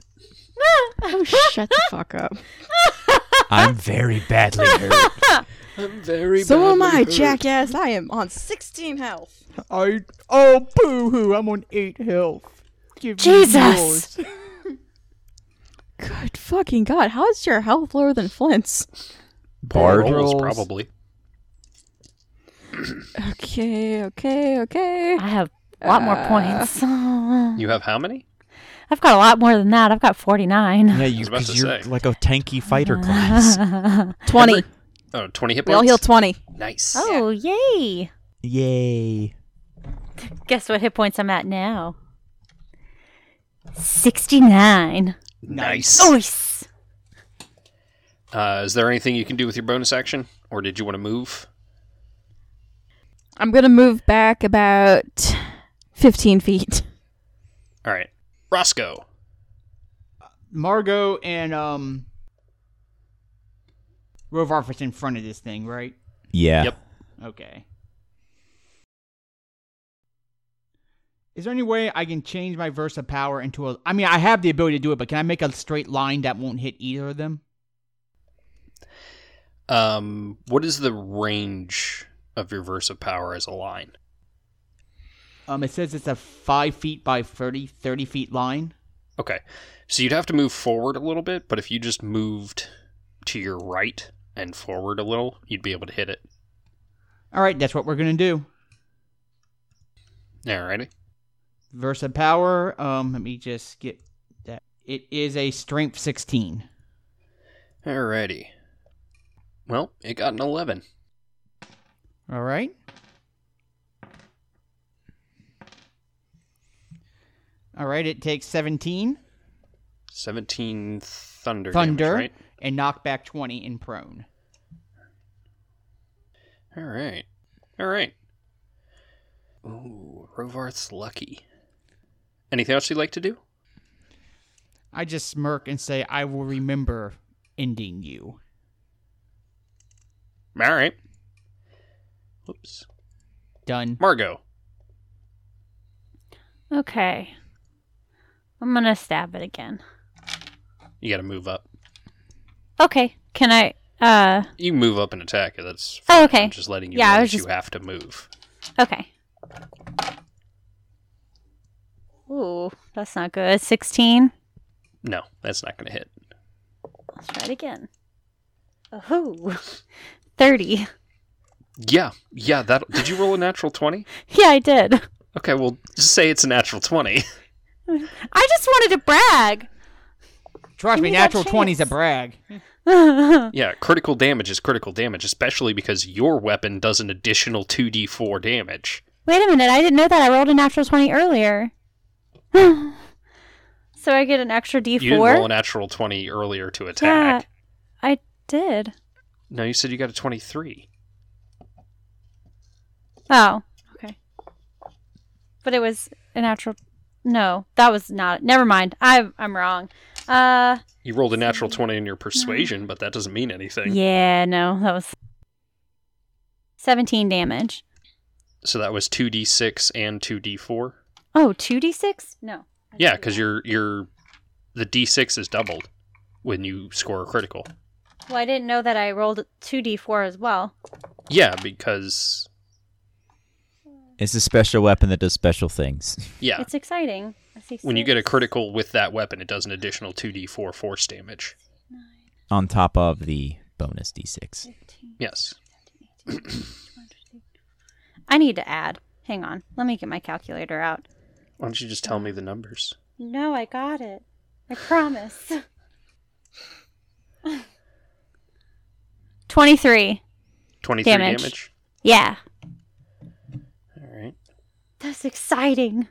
Speaker 4: oh, shut the fuck up.
Speaker 3: I'm very badly hurt.
Speaker 2: i'm very
Speaker 4: So am I, jackass. I am on 16 health.
Speaker 5: I oh boo hoo! I'm on eight health. Give me
Speaker 6: Jesus!
Speaker 5: yours.
Speaker 4: Good fucking god. How is your health lower than Flint's?
Speaker 3: Bard
Speaker 2: rolls
Speaker 3: rolls.
Speaker 2: probably
Speaker 4: Okay, okay, okay.
Speaker 6: I have a lot more points.
Speaker 2: you have how many
Speaker 6: I've got a lot more than that. I've got 49.
Speaker 3: Yeah, you,
Speaker 2: about to
Speaker 3: because you're
Speaker 2: say.
Speaker 3: like a tanky fighter class.
Speaker 4: 20.
Speaker 2: oh 20 hit
Speaker 4: we all
Speaker 2: points
Speaker 4: heal 20.
Speaker 2: nice
Speaker 6: Oh, yay.
Speaker 3: Yay.
Speaker 6: Guess what hit points I'm at now? 69.
Speaker 4: Oh,
Speaker 2: nice
Speaker 6: Nice.
Speaker 2: uh, is there anything you can do with your bonus action or did you want to move
Speaker 4: I'm gonna move back about 15 feet.
Speaker 2: All right, Roscoe.
Speaker 5: Margot and um, Rovarfus in front of this thing, right?
Speaker 3: Yeah.
Speaker 2: Yep.
Speaker 5: Okay. Is there any way I can change my Versa power into a? I mean, I have the ability to do it, but can I make a straight line that won't hit either of them?
Speaker 2: Um, what is the range of your verse of power as a line?
Speaker 5: Um, it says it's a five feet by 30, 30 feet line.
Speaker 2: Okay, so you'd have to move forward a little bit, but if you just moved to your right and forward a little, you'd be able to hit it.
Speaker 5: All right, that's what we're gonna do.
Speaker 2: All righty.
Speaker 5: Versa power. Um, let me just get that. It is a strength sixteen.
Speaker 2: All righty. Well, it got an eleven.
Speaker 5: All right. All right, it takes 17
Speaker 2: Seventeen thunder.
Speaker 5: thunder
Speaker 2: Damage,
Speaker 5: and knockback 20 in prone.
Speaker 2: right. All right. All right. Ooh, Rovarth's lucky. Anything else you'd like to do?
Speaker 5: I just smirk and say, I will remember ending you.
Speaker 2: All right. Whoops.
Speaker 5: Done.
Speaker 2: Margot.
Speaker 6: Okay. I'm going to stab it again.
Speaker 2: You got to move up.
Speaker 6: Okay. Can I? Uh,
Speaker 2: You can move up and attack. it, That's
Speaker 6: Oh,
Speaker 2: fine.
Speaker 6: okay.
Speaker 2: I'm just letting you
Speaker 6: Yeah,
Speaker 2: know
Speaker 6: I
Speaker 2: that
Speaker 6: was
Speaker 2: you
Speaker 6: just-
Speaker 2: have to move.
Speaker 6: okay. Ooh, that's not good. 16.
Speaker 2: No, that's not going to hit.
Speaker 6: Let's try it again. Oh, 30.
Speaker 2: Yeah, yeah. That did you roll a natural twenty?
Speaker 6: Yeah, I did.
Speaker 2: Okay, well, just say it's a natural twenty.
Speaker 6: I just wanted to brag.
Speaker 5: Trust
Speaker 6: Give
Speaker 5: me,
Speaker 6: me that
Speaker 5: natural 20's a
Speaker 6: chance.
Speaker 5: brag.
Speaker 2: yeah, critical damage is critical damage, especially because your weapon does an additional two d four damage.
Speaker 6: Wait a minute, I didn't know that. I rolled a natural 20 earlier. so I get an extra d4?
Speaker 2: You didn't roll a natural twenty earlier to attack.
Speaker 6: I did.
Speaker 2: No, you said you got a twenty three.
Speaker 6: Oh, okay. But it was a natural. No, that was not. Never mind. I'm, I'm wrong. Uh,
Speaker 2: You rolled a natural twenty in your persuasion, but that doesn't mean anything.
Speaker 6: yeah, no, that was 17 damage.
Speaker 2: So that was two d six and two d four.
Speaker 6: Oh, 2d6? No. I
Speaker 2: Yeah,
Speaker 6: didn't do
Speaker 2: because
Speaker 6: that.
Speaker 2: your your the d6 is doubled when you score a critical.
Speaker 6: Well, I didn't know that I rolled 2d4 as well.
Speaker 2: Yeah, because
Speaker 3: It's a special weapon that does special things.
Speaker 2: Yeah.
Speaker 6: It's exciting. That's
Speaker 2: When you get a
Speaker 6: exciting.
Speaker 2: critical with that weapon, it does an additional 2d4 force damage.
Speaker 3: on top of the bonus d6.
Speaker 6: 15,
Speaker 2: Yes.
Speaker 6: 17, 18, 22. I need to add. Hang on. Let me get my calculator out.
Speaker 2: Why don't you just tell me the numbers?
Speaker 6: No, I got it. I promise. 23.
Speaker 2: 23
Speaker 6: Damage.
Speaker 2: damage.
Speaker 6: Yeah.
Speaker 2: All right.
Speaker 6: That's exciting.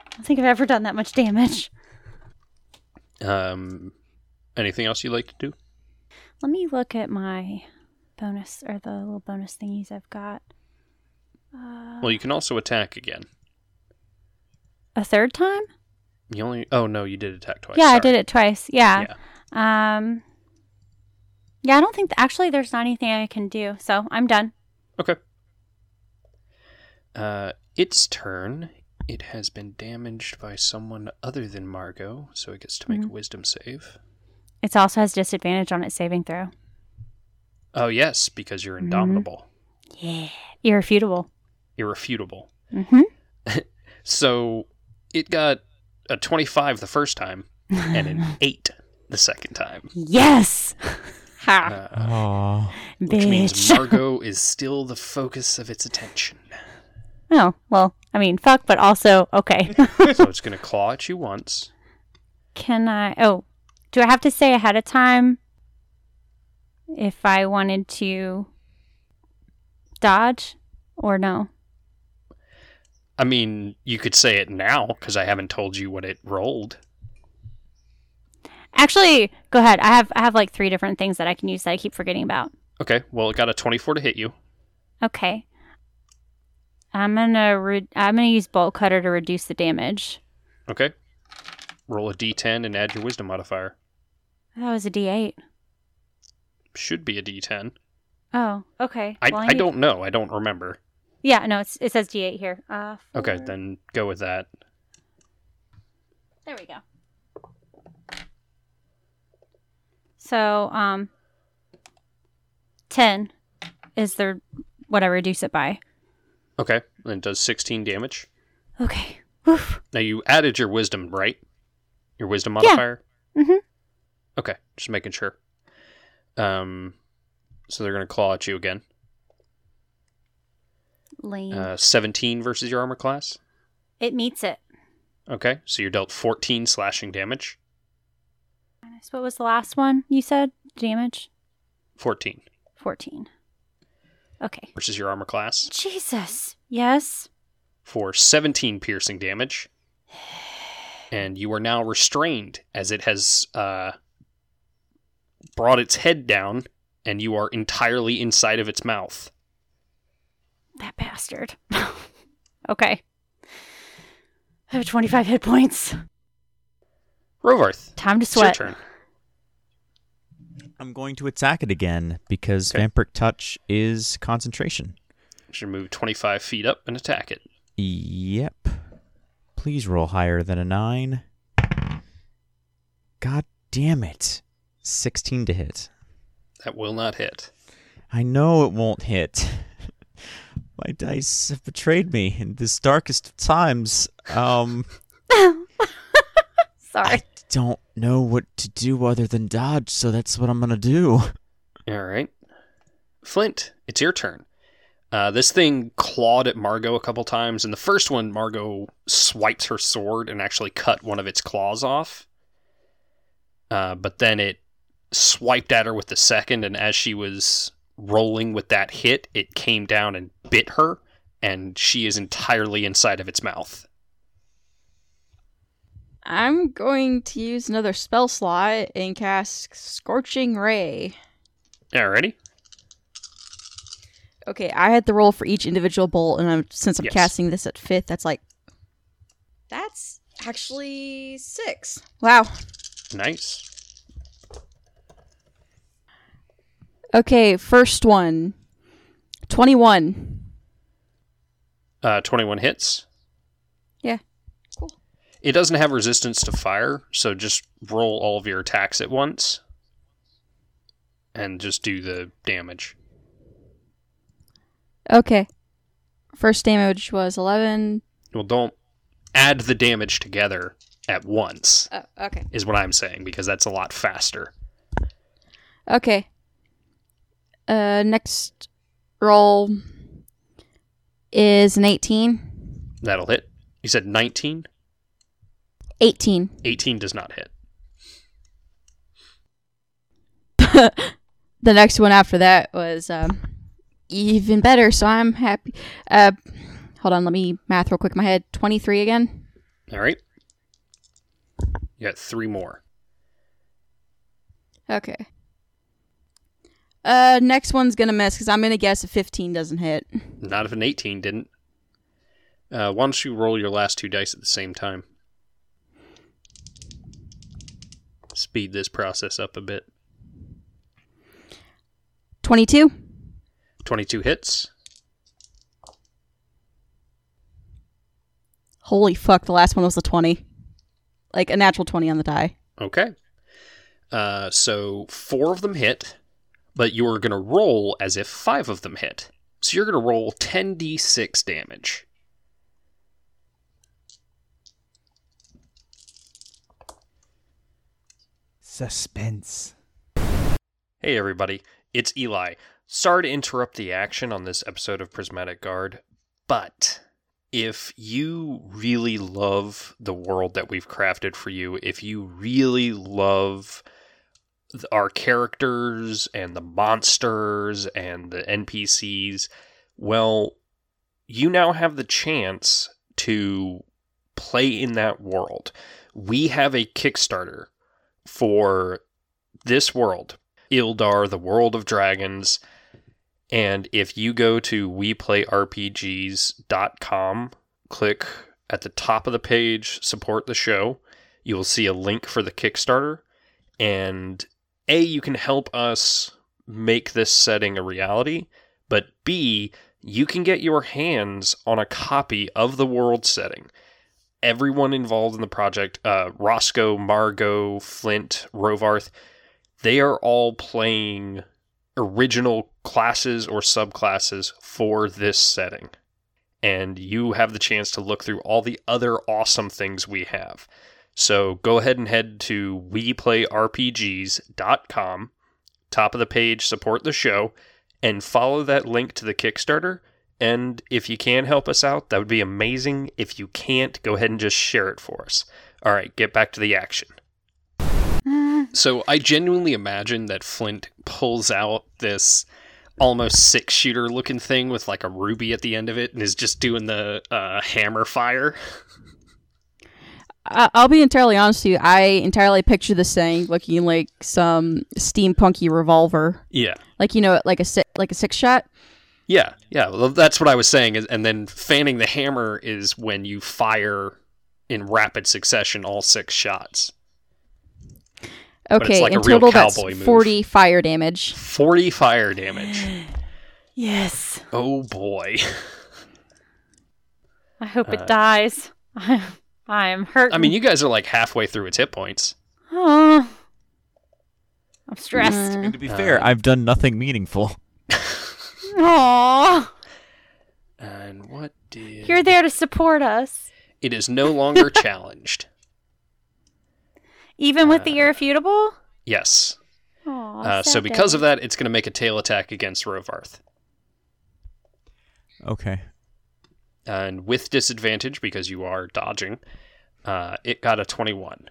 Speaker 6: I don't think I've ever done that much damage.
Speaker 2: Um, anything else you'd like to do?
Speaker 6: Let me look at my bonus or the little bonus thingies I've got. Uh,
Speaker 2: Well, you can also attack again.
Speaker 6: a third time?
Speaker 2: You only. Oh no, you did attack twice.
Speaker 6: yeah, I
Speaker 2: Sorry.
Speaker 6: did it twice. Yeah. Um. Yeah, I don't think actually there's not anything I can do, so I'm done.
Speaker 2: Okay. Uh, its turn. It has been damaged by someone other than Margot, so it gets to make
Speaker 6: Mhm.
Speaker 2: a Wisdom save.
Speaker 6: It also has disadvantage on its saving throw.
Speaker 2: Oh yes, because you're
Speaker 6: Mhm.
Speaker 2: indomitable,
Speaker 6: Yeah, irrefutable.
Speaker 2: irrefutable.
Speaker 6: Mm-hmm.
Speaker 2: So it got a 25 the first time and an eight the second time,
Speaker 6: yes. Ha,
Speaker 2: uh,
Speaker 3: Oh.
Speaker 2: which means
Speaker 6: Ah, bitch.
Speaker 2: Margot is still the focus of its attention.
Speaker 6: Oh well, I mean, fuck, but also okay.
Speaker 2: so it's going to claw at you once.
Speaker 6: Can I? Oh, do I have to say ahead of time if I wanted to dodge or no?
Speaker 2: I mean, you could say it now because I haven't told you what it rolled.
Speaker 6: Actually, go ahead. I have I have like three different things that I can use that I keep forgetting about.
Speaker 2: Okay, well, it got a 24 to hit you.
Speaker 6: Okay. I'm gonna re- I'm gonna use bolt cutter to reduce the damage.
Speaker 2: Okay. Roll a d10 and add your wisdom modifier.
Speaker 6: That was a D8.
Speaker 2: Should be a d10.
Speaker 6: Oh, okay.
Speaker 2: I,
Speaker 6: Well,
Speaker 2: I
Speaker 6: need-
Speaker 2: don't know. I don't remember.
Speaker 6: Yeah, no, it's, it says D8 here. Uh,
Speaker 2: Okay,
Speaker 6: four-
Speaker 2: then go with that.
Speaker 6: There we go. So, um, ten is the what I reduce it by.
Speaker 2: Okay, then it does 16 damage.
Speaker 6: Okay. Oof.
Speaker 2: Now you added your wisdom, right? Your wisdom modifier?
Speaker 6: Mhm.
Speaker 2: Okay, just making sure. Um, so they're going to claw at you again.
Speaker 6: Lame.
Speaker 2: Uh, 17 versus your armor class.
Speaker 6: it meets it.
Speaker 2: Okay, so you're dealt 14 slashing damage.
Speaker 6: So What was the last one you said? Damage?
Speaker 2: 14
Speaker 6: 14. Okay.
Speaker 2: versus your armor class
Speaker 6: Jesus. Yes.
Speaker 2: for 17 piercing damage. And you are now restrained as it has uh, brought its head down and you are entirely inside of its mouth.
Speaker 6: That bastard. okay. I have 25 hit points.
Speaker 2: Rovarth,
Speaker 6: Time to
Speaker 2: it's your
Speaker 6: sweat.
Speaker 2: turn.
Speaker 3: I'm going to attack it again because
Speaker 2: Okay.
Speaker 3: Vampiric Touch is concentration.
Speaker 2: You should move 25 feet up and attack it.
Speaker 3: Yep. Please roll higher than a 9. God damn it. 16 to hit.
Speaker 2: That will not hit.
Speaker 3: I know it won't hit. My dice have betrayed me in this darkest of times. Um,
Speaker 6: Sorry.
Speaker 3: I don't know what to do other than dodge, so that's what I'm gonna do.
Speaker 2: All right. Flint, it's your turn. Uh, this thing clawed at Margot a couple times, and the first one, Margot swipes her sword and actually cut one of its claws off. Uh, but then it swiped at her with the second, and as she was rolling with that hit, it came down and bit her, and she is entirely inside of its mouth.
Speaker 4: I'm going to use another spell slot and cast Scorching Ray.
Speaker 2: Alrighty.
Speaker 4: Okay, I had the roll for each individual bolt, and I'm since I'm
Speaker 2: Yes.
Speaker 4: casting this at fifth, that's like that's actually six. Wow.
Speaker 2: Nice.
Speaker 4: Okay, first one. Twenty-one.
Speaker 2: Uh, 21 hits.
Speaker 4: Yeah. Cool.
Speaker 2: It doesn't have resistance to fire, so just roll all of your attacks at once and just do the damage.
Speaker 4: Okay. First damage was 11.
Speaker 2: Well, don't add the damage together at once,
Speaker 4: Oh, okay.
Speaker 2: is what I'm saying, because that's a lot faster.
Speaker 4: Okay. Uh, next roll is an 18.
Speaker 2: That'll hit. You said 19?
Speaker 4: 18.
Speaker 2: 18 does not hit.
Speaker 4: The next one after that was um, even better, so I'm happy. Uh, hold on, let me math real quick in my head. 23 again.
Speaker 2: All right. You got three more.
Speaker 4: Okay. Uh, next one's gonna miss because I'm gonna guess a 15 doesn't hit.
Speaker 2: Not if an 18 didn't. Uh, why don't you roll your last two dice at the same time? Speed this process up a bit.
Speaker 4: 22.
Speaker 2: 22 hits.
Speaker 4: Holy fuck! The last one was a 20, like a natural 20 on the die.
Speaker 2: Okay. Uh, so four of them hit, but you're going to roll as if five of them hit. So you're going to roll 10d6 damage.
Speaker 5: Suspense.
Speaker 2: Hey, everybody, it's Eli. Sorry to interrupt the action on this episode of Prismatic Guard, but if you really love the world that we've crafted for you, if you really love th- our characters and the monsters and the NPCs, well, you now have the chance to play in that world. We have a Kickstarter for this world, Ildar, the World of Dragons. And if you go to weplayrpgs.com, click at the top of the page, support the show, you will see a link for the Kickstarter. And A, you can help us make this setting a reality, but B, you can get your hands on a copy of the world setting everyone involved in the project uh, Roscoe, Margot, Flint, Rovarth they are all playing original classes or subclasses for this setting. And you have the chance to look through all the other awesome things we have. So go ahead and head to weplayrpgs.com, top of the page, support the show, and follow that link to the Kickstarter. And if you can help us out, that would be amazing. If you can't, go ahead and just share it for us. All right, get back to the action. So I genuinely imagine that Flint pulls out this almost six shooter looking thing with like a ruby at the end of it and is just doing the uh, hammer fire.
Speaker 4: I- I'll be entirely honest with you. I entirely picture this thing looking like some steampunky revolver,
Speaker 2: Yeah.
Speaker 4: like you know, like a si- like a six shot.
Speaker 2: Yeah. Yeah. Well, that's what I was saying. is- And then fanning the hammer is when you fire in rapid succession all six shots.
Speaker 4: Okay,
Speaker 2: it's like
Speaker 4: in
Speaker 2: a real
Speaker 4: total that's
Speaker 2: cowboy move.
Speaker 4: 40 fire damage.
Speaker 2: 40 fire damage.
Speaker 6: Yes.
Speaker 2: Oh boy.
Speaker 6: I hope
Speaker 2: Uh,
Speaker 6: it dies. I'm, I'm hurt.
Speaker 2: I mean, you guys are like halfway through its hit points.
Speaker 6: Oh. I'm stressed.
Speaker 4: Mm.
Speaker 3: And to be fair, I've done nothing meaningful.
Speaker 6: Aw.
Speaker 2: And what did.
Speaker 6: You're there to support us,
Speaker 2: It is no longer challenged.
Speaker 6: even with the irrefutable.
Speaker 2: Yes.
Speaker 6: Aw,
Speaker 2: Uh, so
Speaker 6: sad
Speaker 2: because
Speaker 6: day.
Speaker 2: of that, it's going to make a tail attack against Rovarth,
Speaker 3: Okay.
Speaker 2: and with disadvantage because you are dodging. Uh, it got a twenty-one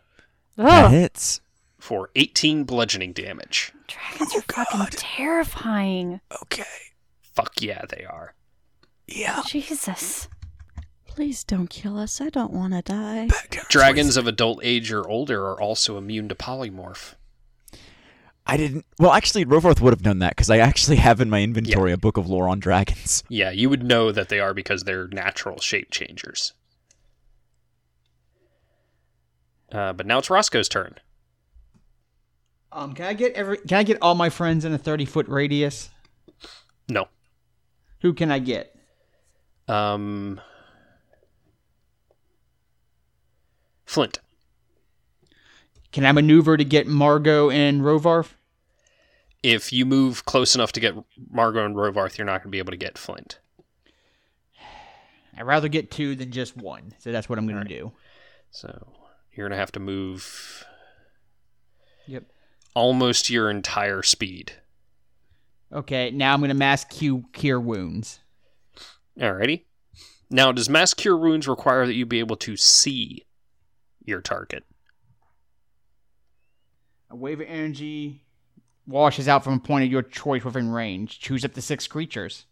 Speaker 3: That
Speaker 6: Ugh,
Speaker 3: hits.
Speaker 2: for eighteen bludgeoning damage.
Speaker 6: dragons
Speaker 2: Oh,
Speaker 6: are fucking terrifying.
Speaker 3: Okay.
Speaker 2: Fuck yeah, they are. Oh.
Speaker 3: Yeah.
Speaker 6: Jesus.
Speaker 4: Please don't kill us. I don't want to die.
Speaker 2: Dragons of adult age or older are also immune to polymorph.
Speaker 3: I didn't. Well, actually, Rovarth would have known that because I actually have in my inventory a book of lore on dragons.
Speaker 2: Yeah, you would know that they are because they're natural shape changers. Uh, but now it's Roscoe's turn.
Speaker 5: Um, can I get every? Can I get all my friends in a thirty foot radius?
Speaker 2: No,
Speaker 5: Who can I get?
Speaker 2: um, Flint.
Speaker 5: Can I maneuver to get Margot and Rovarf?
Speaker 2: if you move close enough to get Margot and Rovarth, you're not going to be able to get Flint.
Speaker 5: I'd rather get two than just one. So that's what I'm going
Speaker 2: Alright.
Speaker 5: to do.
Speaker 2: So you're gonna have to move
Speaker 5: Yep.
Speaker 2: almost your entire speed.
Speaker 5: Okay, now I'm going to mass Q cure wounds.
Speaker 2: Alrighty. Now, does mass cure wounds require that you be able to see your target?
Speaker 5: A wave of energy washes out from a point of your choice within range. Choose up to six creatures.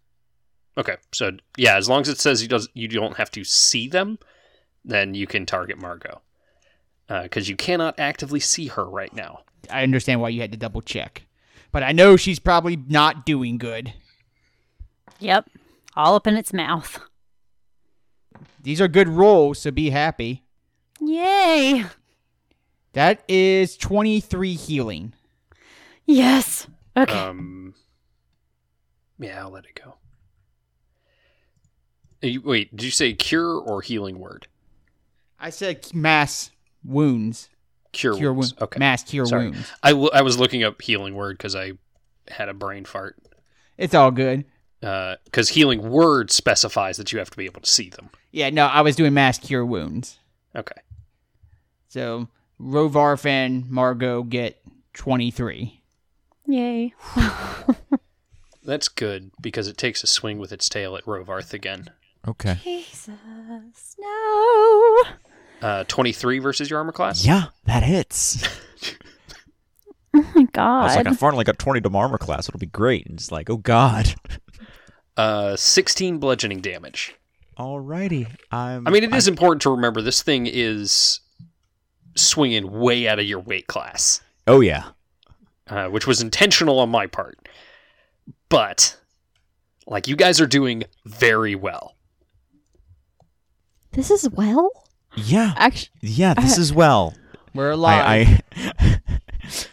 Speaker 2: Okay, so yeah, as long as it says you does you don't have to see them, then you can target Margot because you cannot actively see her right now.
Speaker 5: I understand why you had to double check, but I know she's probably not doing good.
Speaker 6: Yep. All up in its mouth.
Speaker 5: These are good rolls, so be happy.
Speaker 6: Yay.
Speaker 5: That is 23 healing.
Speaker 6: Yes. Okay.
Speaker 2: Um, yeah, I'll let it go. Uh, you- Wait, did you say cure or healing word?
Speaker 5: I said mass wounds.
Speaker 2: Cure,
Speaker 5: Cure
Speaker 2: wounds.
Speaker 5: wounds.
Speaker 2: Okay,
Speaker 5: Mass cure
Speaker 2: Sorry.
Speaker 5: wounds.
Speaker 2: I w- I was looking up healing word because I had a brain fart.
Speaker 5: It's all good.
Speaker 2: Because healing word specifies that you have to be able to see them.
Speaker 5: Yeah, no, I was doing mass cure wounds.
Speaker 2: Okay.
Speaker 5: So Rovarf and Margot get 23.
Speaker 6: Yay.
Speaker 2: That's good because it takes a swing with its tail at Rovarth again.
Speaker 3: Okay.
Speaker 6: Jesus. No.
Speaker 2: Uh, 23 versus your armor class?
Speaker 3: Yeah, that hits.
Speaker 6: Oh my
Speaker 3: I was like, I
Speaker 6: god.
Speaker 3: finally got 20 to armor class. It'll be great. And it's like, oh, God.
Speaker 2: Uh, 16 bludgeoning damage.
Speaker 3: Alrighty. I'm,
Speaker 2: I mean, it is important to remember this thing is swinging way out of your weight class,
Speaker 3: Oh, yeah.
Speaker 2: uh, which was intentional on my part. But, like, you guys are doing very well.
Speaker 4: This is well.
Speaker 3: Yeah.
Speaker 4: Actually,
Speaker 3: Yeah, this is well.
Speaker 5: We're alive.
Speaker 3: I, I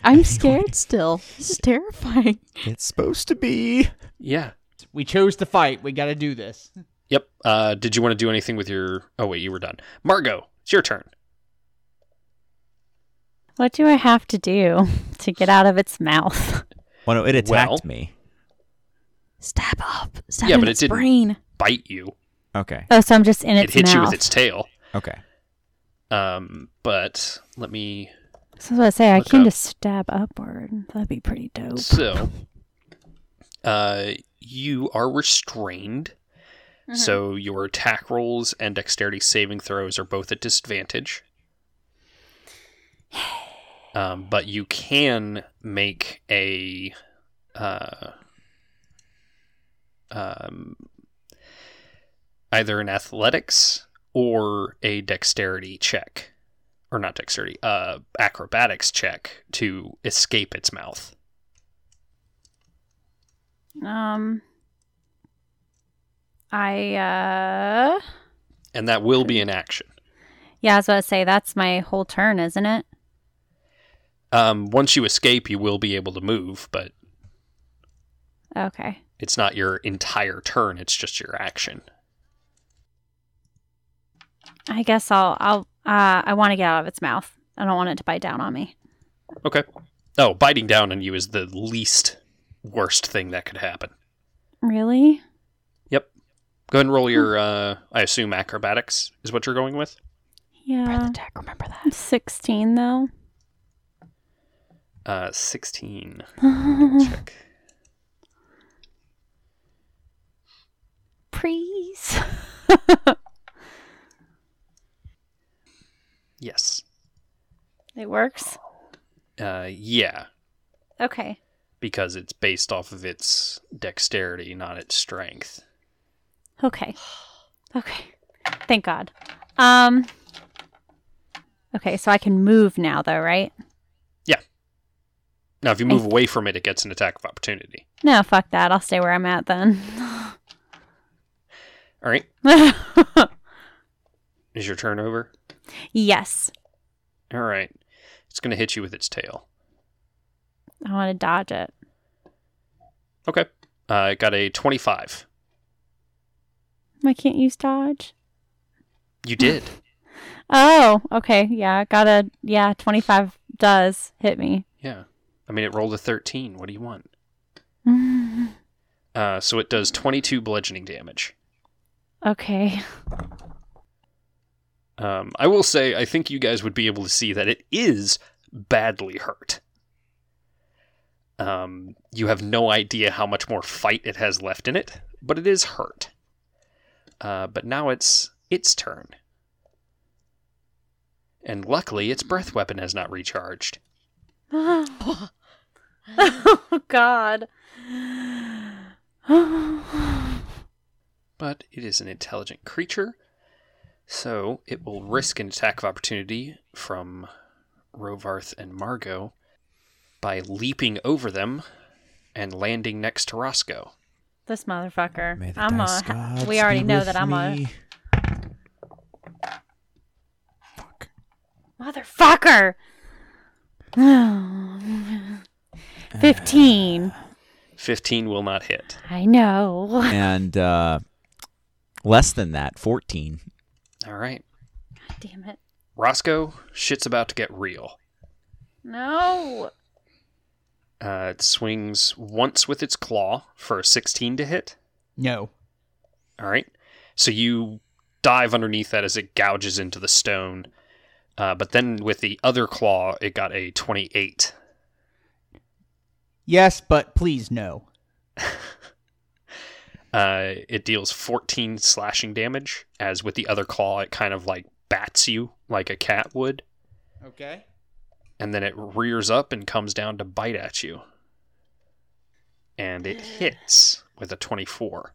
Speaker 4: I'm scared still. This is terrifying.
Speaker 3: It's supposed to be.
Speaker 2: Yeah.
Speaker 5: We chose to fight. We got to do this.
Speaker 2: Yep. Uh, did you want to do anything with your. Oh, wait, you were done. Margot, it's your turn.
Speaker 6: What do I have to do to get out of its mouth?
Speaker 3: Well, Oh, no, it attacked
Speaker 2: Well.
Speaker 3: me.
Speaker 4: Stab up. Stab
Speaker 2: Yeah,
Speaker 4: in
Speaker 2: but it
Speaker 4: its
Speaker 2: didn't-
Speaker 4: brain.
Speaker 2: Bite you.
Speaker 3: Okay.
Speaker 6: Oh, so I'm just in its
Speaker 2: it hits
Speaker 6: mouth.
Speaker 2: you with its tail.
Speaker 3: Okay.
Speaker 2: Um, but let me
Speaker 6: So I say I
Speaker 2: Look
Speaker 6: came
Speaker 2: up.
Speaker 6: to stab upward. That'd be pretty dope.
Speaker 2: So, uh, you are restrained.
Speaker 6: Mm-hmm.
Speaker 2: So your attack rolls and dexterity saving throws are both at disadvantage. Um, but you can make a uh, um, either an athletics or a dexterity check, or not dexterity, uh, acrobatics check to escape its mouth.
Speaker 6: Um, I uh,
Speaker 2: and that will be an action.
Speaker 6: yeah, I was about to say that's my whole turn, isn't it?
Speaker 2: Um, once you escape, you will be able to move, but
Speaker 6: Okay.
Speaker 2: it's not your entire turn; it's just your action.
Speaker 6: I guess I'll I'll uh, I want to get out of its mouth. I don't want it to bite down on me.
Speaker 2: Okay. Oh, biting down on you is the least worst thing that could happen.
Speaker 6: Really?
Speaker 2: Go ahead and roll your. Uh, I assume acrobatics is what you're going with.
Speaker 4: Breath
Speaker 6: Yeah.
Speaker 4: attack. Remember that.
Speaker 6: I'm 16 though.
Speaker 2: Uh, Sixteen.
Speaker 6: Mm.
Speaker 2: Check.
Speaker 6: Please.
Speaker 2: Yes.
Speaker 6: It works.
Speaker 2: Uh, yeah,
Speaker 6: Okay.
Speaker 2: because it's based off of its dexterity, not its strength.
Speaker 6: Okay. Okay. Thank God. Um Okay, so I can move now though, right?
Speaker 2: Now, if you move away from it, it gets an attack of opportunity.
Speaker 6: No, fuck that. I'll stay where I'm at then.
Speaker 2: All right. Is your turn over?
Speaker 6: yes.
Speaker 2: All right. It's gonna hit you with its tail.
Speaker 6: I want to dodge it.
Speaker 2: Okay. Uh, it got a 25.
Speaker 6: I can't use dodge.
Speaker 2: You did.
Speaker 6: Oh, okay. Yeah, got to yeah, 25 does hit me.
Speaker 2: yeah. I mean, it rolled a 13. What do you want? Uh, so it does 22 bludgeoning damage.
Speaker 6: Okay.
Speaker 2: Um, I will say, I think you guys would be able to see that it is badly hurt. Um, you have no idea how much more fight it has left in it, but it is hurt. Uh, but now it's its turn. And luckily, its breath weapon has not recharged.
Speaker 6: oh God.
Speaker 2: But it is an intelligent creature, so it will risk an attack of opportunity from Rovarth and Margot by leaping over them and landing next to Roscoe.
Speaker 6: this motherfucker.
Speaker 3: May the
Speaker 6: I'm
Speaker 3: dice
Speaker 6: a.
Speaker 3: gods
Speaker 6: We already
Speaker 3: be
Speaker 6: know
Speaker 3: with
Speaker 6: that I'm a
Speaker 3: me.
Speaker 6: motherfucker. Fifteen.
Speaker 2: 15 will not hit.
Speaker 6: I know.
Speaker 3: and uh, less than that, fourteen.
Speaker 2: All right.
Speaker 6: Damn it.
Speaker 2: Roscoe, shit's about to get real.
Speaker 6: No.
Speaker 2: Uh, it swings once with its claw for a 16 to hit.
Speaker 5: No.
Speaker 2: All right. So you dive underneath that as it gouges into the stone. Uh, but then with the other claw, it got a 28.
Speaker 5: Yes, but please no.
Speaker 2: Uh, it deals 14 slashing damage, as with the other claw, it kind of like bats you like a cat would.
Speaker 5: Okay.
Speaker 2: And then it rears up and comes down to bite at you. And it hits with a 24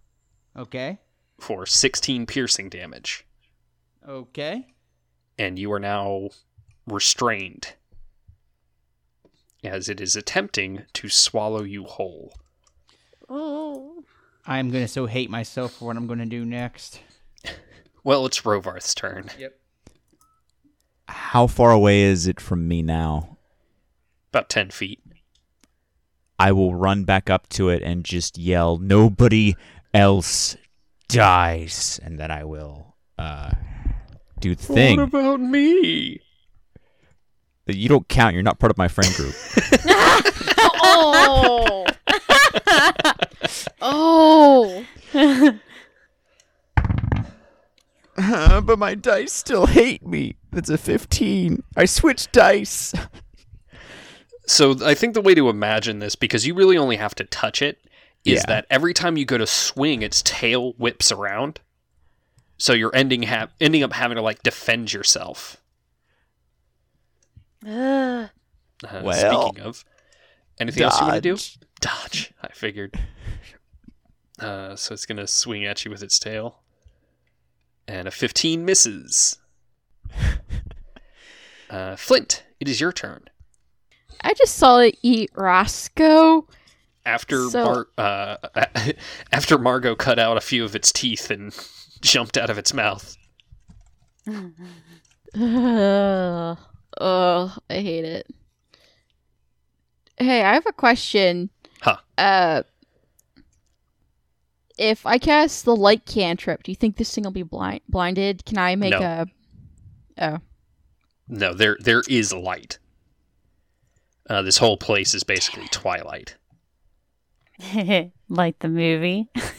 Speaker 5: Okay.
Speaker 2: for 16 piercing damage.
Speaker 5: Okay.
Speaker 2: and you are now restrained as it is attempting to swallow you whole.
Speaker 6: Oh.
Speaker 5: I'm gonna so hate myself for what I'm gonna do next.
Speaker 2: Well, it's Rovarth's turn.
Speaker 5: Yep.
Speaker 3: How far away is it from me now?
Speaker 2: About 10 feet.
Speaker 3: I will run back up to it and just yell, "Nobody else dies," and then I will uh, do the thing.
Speaker 2: What about me?
Speaker 3: you don't count. You're not part of my friend group.
Speaker 4: Oh. oh.
Speaker 3: Uh, but my dice still hate me. That's a 15. I switched dice.
Speaker 2: So I think the way to imagine this, because you really only have to touch it, is
Speaker 3: Yeah.
Speaker 2: that every time you go to swing, its tail whips around. So you're ending ha- ending up having to like defend yourself. Uh,
Speaker 6: Ugh.
Speaker 3: Well,
Speaker 2: speaking of, anything else you want to do? Dodge. I figured. Uh, so it's gonna swing at you with its tail, and a 15 misses. Uh, Flint, it is your turn.
Speaker 4: I just saw it eat Roscoe.
Speaker 2: After
Speaker 4: So-
Speaker 2: Mar- uh, after Margot cut out a few of its teeth and jumped out of its mouth,
Speaker 4: Ugh. Ugh, I hate it. Hey, I have a question.
Speaker 2: Huh.
Speaker 4: Uh, if I cast the light cantrip, do you think this thing will be blind blinded? Can I make
Speaker 2: No.
Speaker 4: a? Oh,
Speaker 2: no, there there is light. Uh, this whole place is basically twilight.
Speaker 6: like the movie.
Speaker 2: I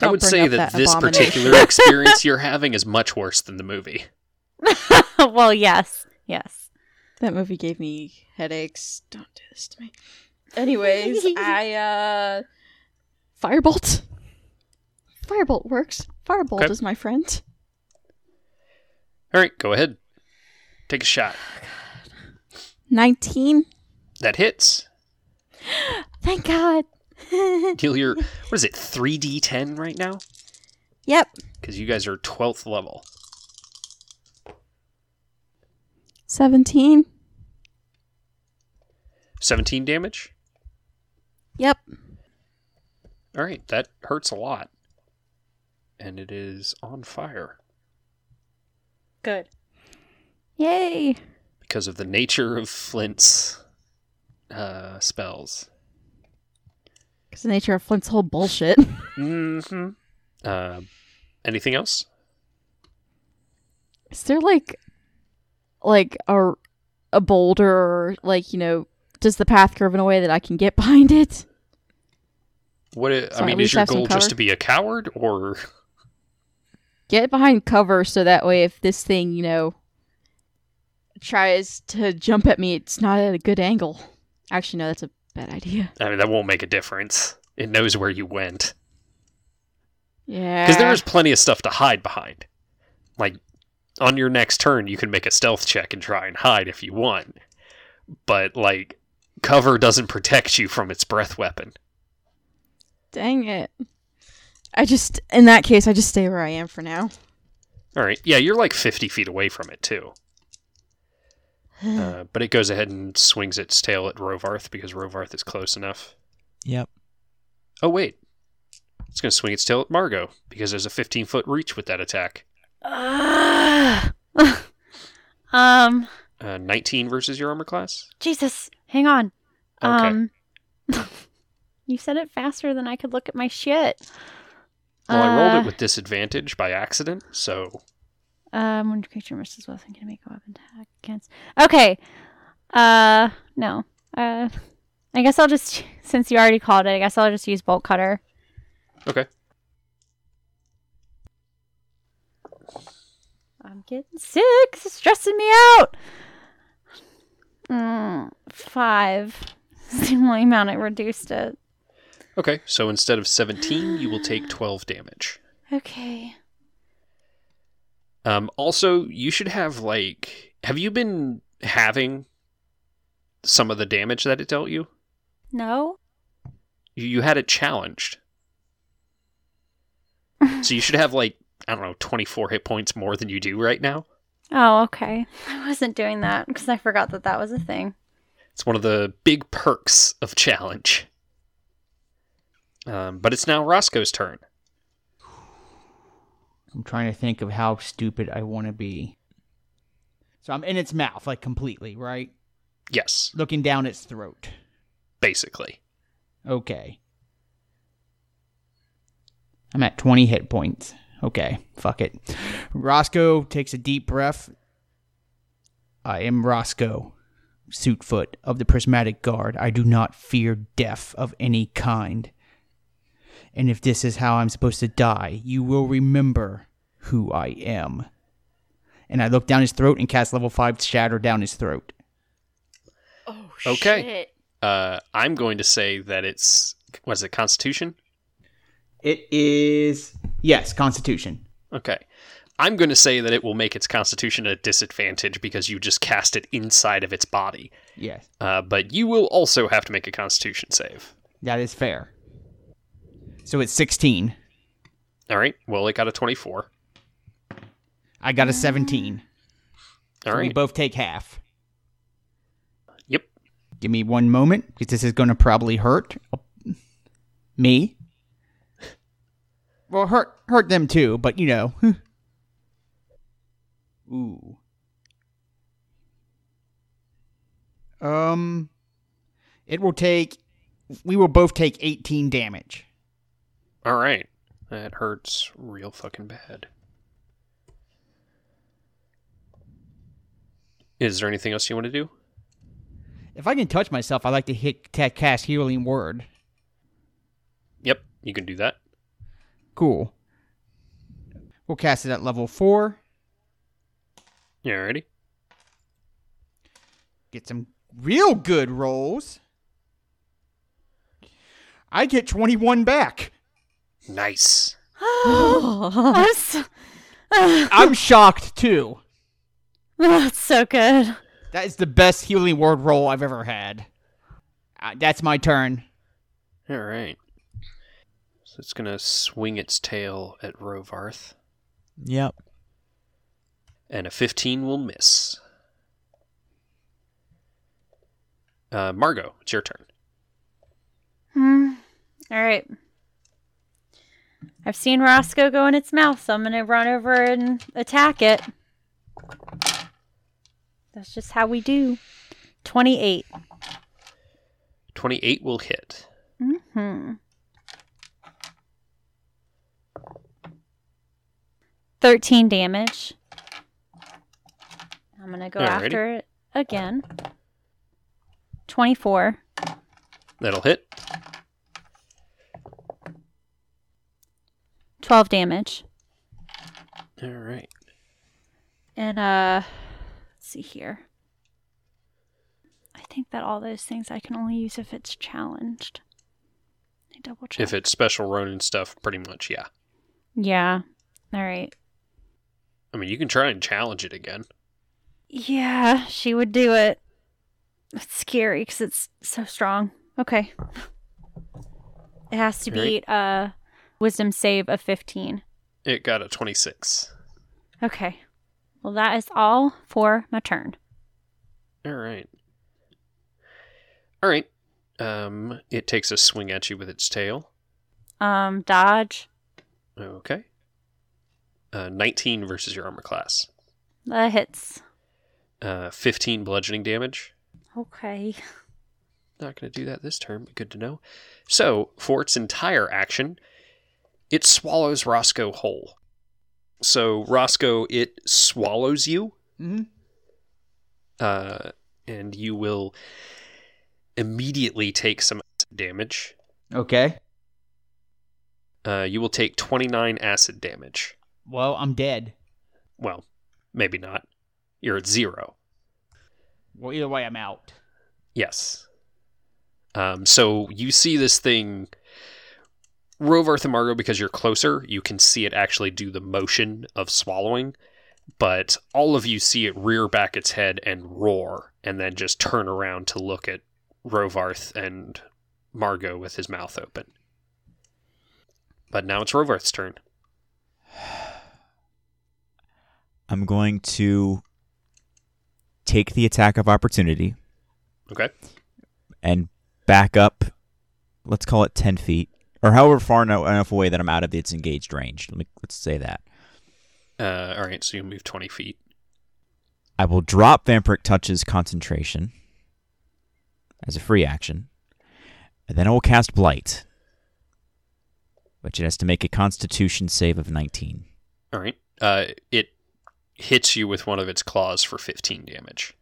Speaker 4: Don't
Speaker 2: would
Speaker 4: bring
Speaker 2: say
Speaker 4: up
Speaker 2: that
Speaker 4: that
Speaker 2: this
Speaker 4: abomination.
Speaker 2: particular experience you're having is much worse than the movie.
Speaker 6: well, yes, yes.
Speaker 4: that movie gave me headaches. Don't do this to me. Anyways, I uh, firebolt. Firebolt works. Firebolt
Speaker 2: Okay.
Speaker 4: is my friend.
Speaker 2: All right, go ahead. Take a shot.
Speaker 4: Nineteen.
Speaker 2: That hits.
Speaker 4: Thank God.
Speaker 2: Deal your what is it? Three D ten right now
Speaker 4: Yep.
Speaker 2: because you guys are twelfth level.
Speaker 4: Seventeen.
Speaker 2: Seventeen damage.
Speaker 4: Yep.
Speaker 2: All right, that hurts a lot, and it is on fire
Speaker 6: Good.
Speaker 4: Yay.
Speaker 2: because of the nature of Flint's uh, spells.
Speaker 4: Because the nature of Flint's whole bullshit.
Speaker 2: Mm-hmm. Uh, anything else?
Speaker 4: Is there like, like a, a boulder or like you know, does the path curve in a way that I can get behind it?
Speaker 2: What i- I
Speaker 4: So at
Speaker 2: mean,
Speaker 4: least
Speaker 2: is your
Speaker 4: have some
Speaker 2: goal
Speaker 4: cover.
Speaker 2: just to be a coward, or
Speaker 4: Get behind cover so that way if this thing, you know, tries to jump at me, it's not at a good angle. Actually, no, that's a bad idea.
Speaker 2: I mean, that won't make a difference. It knows where you went
Speaker 4: Yeah.
Speaker 2: because there is plenty of stuff to hide behind. Like on your next turn, you can make a stealth check and try and hide if you want, but like cover doesn't protect you from its breath weapon.
Speaker 4: Dang it. I just, in that case, I just stay where I am for now.
Speaker 2: All right, yeah, you're like 50 feet away from it too. Uh, but it goes ahead and swings its tail at Rovarth because Rovarth is close enough.
Speaker 3: Yep.
Speaker 2: Oh wait, it's going to swing its tail at Margot because there's a 15 foot reach with that attack.
Speaker 6: Ah. um,
Speaker 2: Uh, 19 versus your armor class.
Speaker 6: Jesus, hang on.
Speaker 2: Okay.
Speaker 6: Um, you said it faster than I could look at my shit.
Speaker 2: Well, I rolled
Speaker 6: Uh,
Speaker 2: it with disadvantage by accident, so
Speaker 6: Um, when the creature misses with, I'm gonna make a weapon attack against. Okay. Uh, no. Uh, I guess I'll just since you already called it, I guess I'll just use bolt cutter.
Speaker 2: Okay.
Speaker 6: I'm getting sick. This is stressing me out. Mm, five. It's the only amount I reduced it.
Speaker 2: okay. So instead of 17, you will take 12 damage.
Speaker 6: Okay.
Speaker 2: Um, also, you should have like, have you been having some of the damage that it dealt you?
Speaker 6: No.
Speaker 2: You, you had it challenged, so you should have like I don't know, 24 hit points more than you do right now.
Speaker 6: Oh, okay. I wasn't doing that because I forgot that that was a thing.
Speaker 2: It's one of the big perks of challenge. Um, but it's now Roscoe's turn.
Speaker 5: I'm trying to think of how stupid I want to be. So I'm in its mouth, like completely, right?
Speaker 2: Yes,
Speaker 5: Looking down its throat.
Speaker 2: basically.
Speaker 5: Okay. I'm at 20 hit points. Okay, fuck it. Roscoe takes a deep breath. I am Roscoe, Suitfoot of the Prismatic Guard. I do not fear death of any kind. And if this is how I'm supposed to die, you will remember who I am. And I look down his throat and cast level 5 shatter down his throat.
Speaker 4: Oh,
Speaker 2: Okay.
Speaker 4: shit.
Speaker 2: Uh, I'm going to say that it's was it Constitution?
Speaker 5: It is. Yes, Constitution.
Speaker 2: Okay. I'm going to say that it will make its Constitution a disadvantage because you just cast it inside of its body.
Speaker 5: Yes.
Speaker 2: Uh, but you will also have to make a Constitution save.
Speaker 5: That is fair. So it's 16.
Speaker 2: All right. Well, it got a 24.
Speaker 5: I got a 17.
Speaker 2: All
Speaker 5: So We
Speaker 2: right.
Speaker 5: both take half.
Speaker 2: Yep.
Speaker 5: Give me one moment because this is going to probably hurt me. Well, hurt hurt them too, but you know. Ooh. Um, it will take. We will both take 18 damage.
Speaker 2: All right. That hurts real fucking bad. Is there anything else you want to do?
Speaker 5: If I can touch myself, I like to hit ta- cast healing word.
Speaker 2: Yep. You can do that.
Speaker 5: Cool. We'll cast it at level four.
Speaker 2: You ready?
Speaker 5: Get some real good rolls. I get 21 back.
Speaker 2: Nice.
Speaker 6: That's,
Speaker 5: I'm shocked too.
Speaker 6: that's so good.
Speaker 5: That is the best healing word roll I've ever had. Uh, that's my turn.
Speaker 2: All right. So it's going to swing its tail at Rovarth,
Speaker 3: Yep.
Speaker 2: and a 15 will miss. Uh, Margot, it's your turn.
Speaker 6: Hmm. All right. I've seen Roscoe go in its mouth, so I'm going to run over and attack it. That's just how we do. 28.
Speaker 2: 28 will hit.
Speaker 6: hmm 13 damage. I'm going to go
Speaker 2: Alrighty.
Speaker 6: after it again. 24.
Speaker 2: That'll hit.
Speaker 6: 12 damage.
Speaker 2: All right.
Speaker 6: And uh let's see here. I think that all those things I can only use if it's challenged. I double check.
Speaker 2: If it's special Ronin stuff, pretty much, yeah.
Speaker 6: Yeah. All right.
Speaker 2: I mean, you can try and challenge it again.
Speaker 6: Yeah, she would do it. It's scary because it's so strong. Okay. It has to
Speaker 2: Alright.
Speaker 6: beat a wisdom save of 15.
Speaker 2: It got a 26.
Speaker 6: Okay. Well, that is all for my turn.
Speaker 2: All right. All right. Um, it takes a swing at you with its tail.
Speaker 6: Um, dodge.
Speaker 2: Okay. Uh, 19 versus your armor class.
Speaker 6: That hits.
Speaker 2: Uh, 15 bludgeoning damage.
Speaker 6: Okay.
Speaker 2: Not going to do that this turn, but good to know. So, for its entire action, it swallows Roscoe whole. So, Roscoe, it swallows you,
Speaker 5: Mm-hmm.
Speaker 2: uh, and you will immediately take some damage.
Speaker 5: Okay.
Speaker 2: Uh, you will take 29 acid damage.
Speaker 5: Well, I'm dead.
Speaker 2: Well, maybe not. You're at zero.
Speaker 5: Well, either way, I'm out.
Speaker 2: Yes. Um, so you see this thing, Rover Thamargo, because you're closer, you can see it actually do the motion of swallowing, but all of you see it rear back its head and roar, and then just turn around to look at Rovarth and Margot with his mouth open. But now it's Rovarth's turn.
Speaker 3: I'm going to take the attack of opportunity
Speaker 2: Okay.
Speaker 3: and back up. Let's call it ten feet, or however far no- enough away that I'm out of its engaged range. Let me let's say that.
Speaker 2: Uh, all right, so you move 20 feet.
Speaker 3: I will drop Vampiric Touch's concentration as a free action, and then I will cast Blight, which it has to make a Constitution save of 19.
Speaker 2: All right. Uh, it hits you with one of its claws for 15 damage.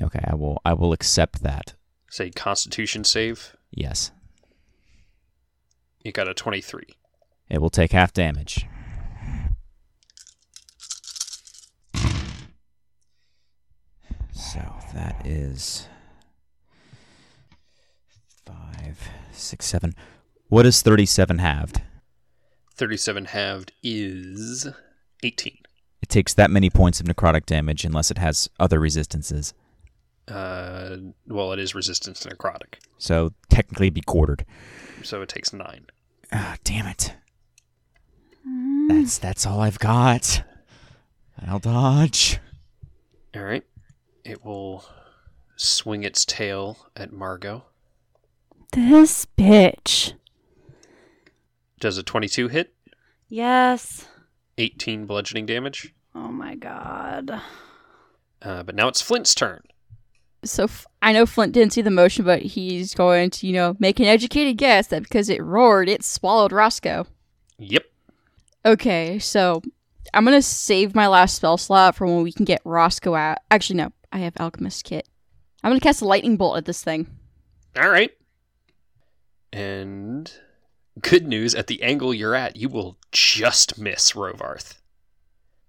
Speaker 3: Okay, I will I will accept that.
Speaker 2: Say Constitution save.
Speaker 3: Yes,
Speaker 2: You got a 23.
Speaker 3: it will take half damage. So that is five, six, seven. What is thirty-seven halved?
Speaker 2: 37 halved is 18.
Speaker 3: It takes that many points of necrotic damage unless it has other resistances.
Speaker 2: Uh, well, it is resistance to necrotic,
Speaker 3: So technically it'd be quartered.
Speaker 2: so it takes 9.
Speaker 3: Ah, damn it. That's that's all I've got. I'll dodge.
Speaker 2: All right. It will swing its tail at Margot.
Speaker 6: This bitch.
Speaker 2: Does a 22 hit?
Speaker 6: Yes.
Speaker 2: 18 bludgeoning damage.
Speaker 6: Oh my god.
Speaker 2: Uh, but now it's Flint's turn.
Speaker 4: So f- I know Flint didn't see the motion, but he's going to, you know, make an educated guess that because it roared, it swallowed Roscoe.
Speaker 2: Yep.
Speaker 4: Okay, so I'm gonna save my last spell slot for when we can get Roscoe out. Actually, no, I have Alchemist Kit. I'm gonna cast a lightning bolt at this thing.
Speaker 2: All right. And good news at the angle you're at, you will just miss Rovarth.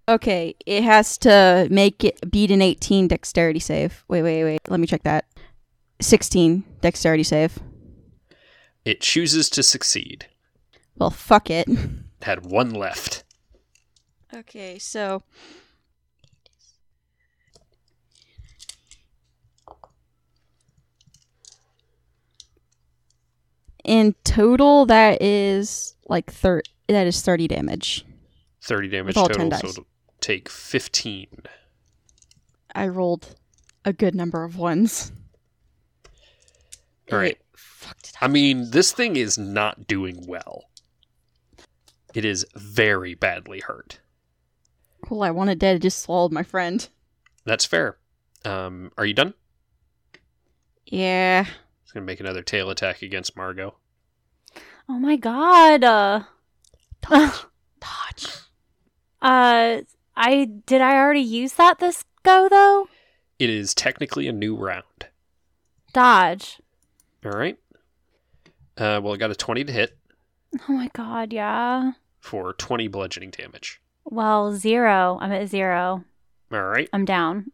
Speaker 4: Okay, it has to make it beat an 18 dexterity save. Wait, wait, wait. Let me check that. 16 dexterity save.
Speaker 2: It chooses to succeed.
Speaker 4: Well, fuck it.
Speaker 2: Had one left.
Speaker 4: Okay, so in total that is like thir- that is 30 damage.
Speaker 2: 30 damage
Speaker 4: With all 10
Speaker 2: total, so
Speaker 4: dice.
Speaker 2: it'll take 15.
Speaker 4: I rolled a good number of ones.
Speaker 2: All right.
Speaker 4: Wait, fuck, did I-
Speaker 2: I mean, this thing is not doing well. It is very badly hurt.
Speaker 4: Cool, I wanted dead. It just swallowed my friend.
Speaker 2: That's fair. Um, are you done?
Speaker 4: Yeah.
Speaker 2: It's going to make another tail attack against Margot.
Speaker 6: Oh my god. Uh, Dodge. uh I did I already use that this go though?
Speaker 2: It is technically a new round.
Speaker 6: Dodge.
Speaker 2: All right. Uh, well, it got a 20 to hit.
Speaker 6: Oh my god, yeah.
Speaker 1: for 20 bludgeoning damage.
Speaker 6: Well, zero. I'm at zero.
Speaker 1: All right.
Speaker 6: I'm down.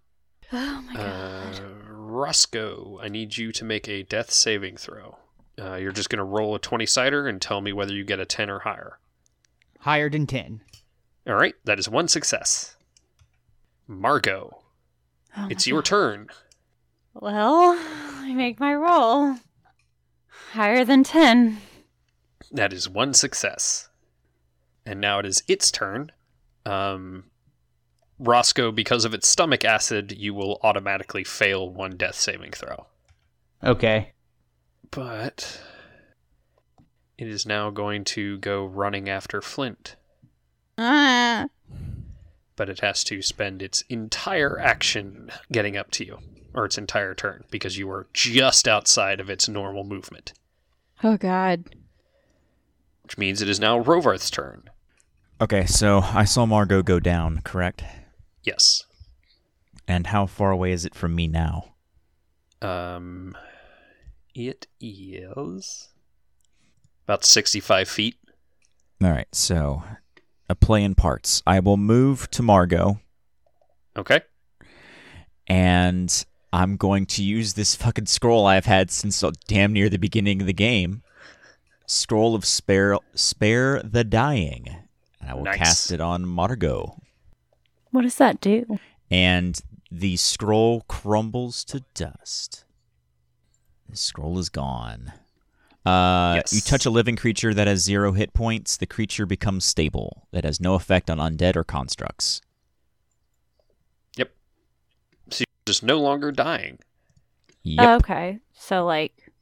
Speaker 4: Oh my
Speaker 1: Uh, Roscoe, I need you to make a death saving throw. Uh, you're just going to roll a 20 cider and tell me whether you get a 10 or higher.
Speaker 5: Higher than 10.
Speaker 1: All right, that is one success. Margot,
Speaker 6: Oh
Speaker 1: it's
Speaker 6: my
Speaker 1: your turn.
Speaker 6: Well, I make my roll. Higher than 10.
Speaker 1: That is one success. And now it is its turn. Um, Roscoe, because of its stomach acid, you will automatically fail one death saving throw.
Speaker 5: Okay.
Speaker 1: But it is now going to go running after Flint,
Speaker 4: Ah.
Speaker 1: but it has to spend its entire action getting up to you, or its entire turn, because you are just outside of its normal movement,
Speaker 4: Oh god.
Speaker 1: which means it is now Rovarth's turn.
Speaker 3: Okay, so I saw Margot go down, correct?
Speaker 1: Yes.
Speaker 3: And how far away is it from me now?
Speaker 1: Um, it is about 65 feet.
Speaker 3: All right, so a play in parts. I will move to Margot,
Speaker 1: Okay.
Speaker 3: and I'm going to use this fucking scroll I've had since uh, damn near the beginning of the game. Scroll of spare, spare the dying. And I will
Speaker 1: Nice.
Speaker 3: cast it on Margot.
Speaker 6: What does that do?
Speaker 3: and the scroll crumbles to dust. The scroll is gone. Uh,
Speaker 1: Yes.
Speaker 3: You touch a living creature that has zero hit points. The creature becomes stable. That has no effect on undead or constructs.
Speaker 1: Just no longer dying.
Speaker 3: Yep.
Speaker 6: Okay. So, like,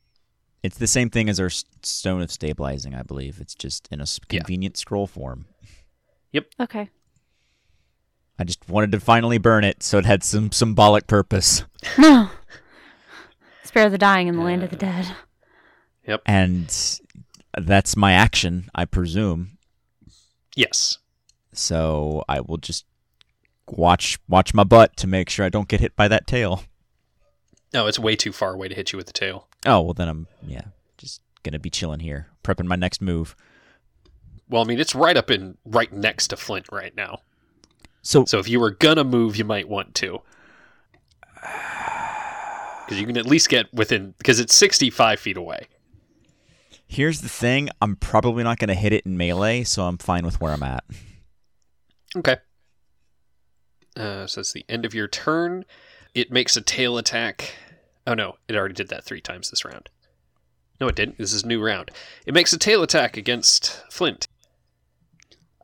Speaker 3: It's the same thing as our s- stone of stabilizing, I believe. It's just in a s-
Speaker 1: Yeah.
Speaker 3: convenient scroll form.
Speaker 6: okay.
Speaker 3: I just wanted to finally burn it so it had some symbolic purpose.
Speaker 6: No. Spare the dying in the land of the dead.
Speaker 3: And that's my action, I presume.
Speaker 1: Yes.
Speaker 3: so I will just watch watch my butt to make sure I don't get hit by that tail.
Speaker 1: No, it's way too far away to hit you with the tail.
Speaker 3: Oh well, then I'm yeah, just gonna be chilling here, prepping my next move.
Speaker 1: Well, I mean, it's right up in right next to Flint right now.
Speaker 3: So
Speaker 1: So if you were gonna move, you might want to. Because you can at least get within, because it's 65 feet away.
Speaker 3: here's the thing: I'm probably not gonna hit it in melee, so I'm fine with where I'm at.
Speaker 1: Okay. Uh, so it's the end of your turn. It makes a tail attack. Oh no, it already did that three times this round. No, it didn't. This is new round. It makes a tail attack against Flint.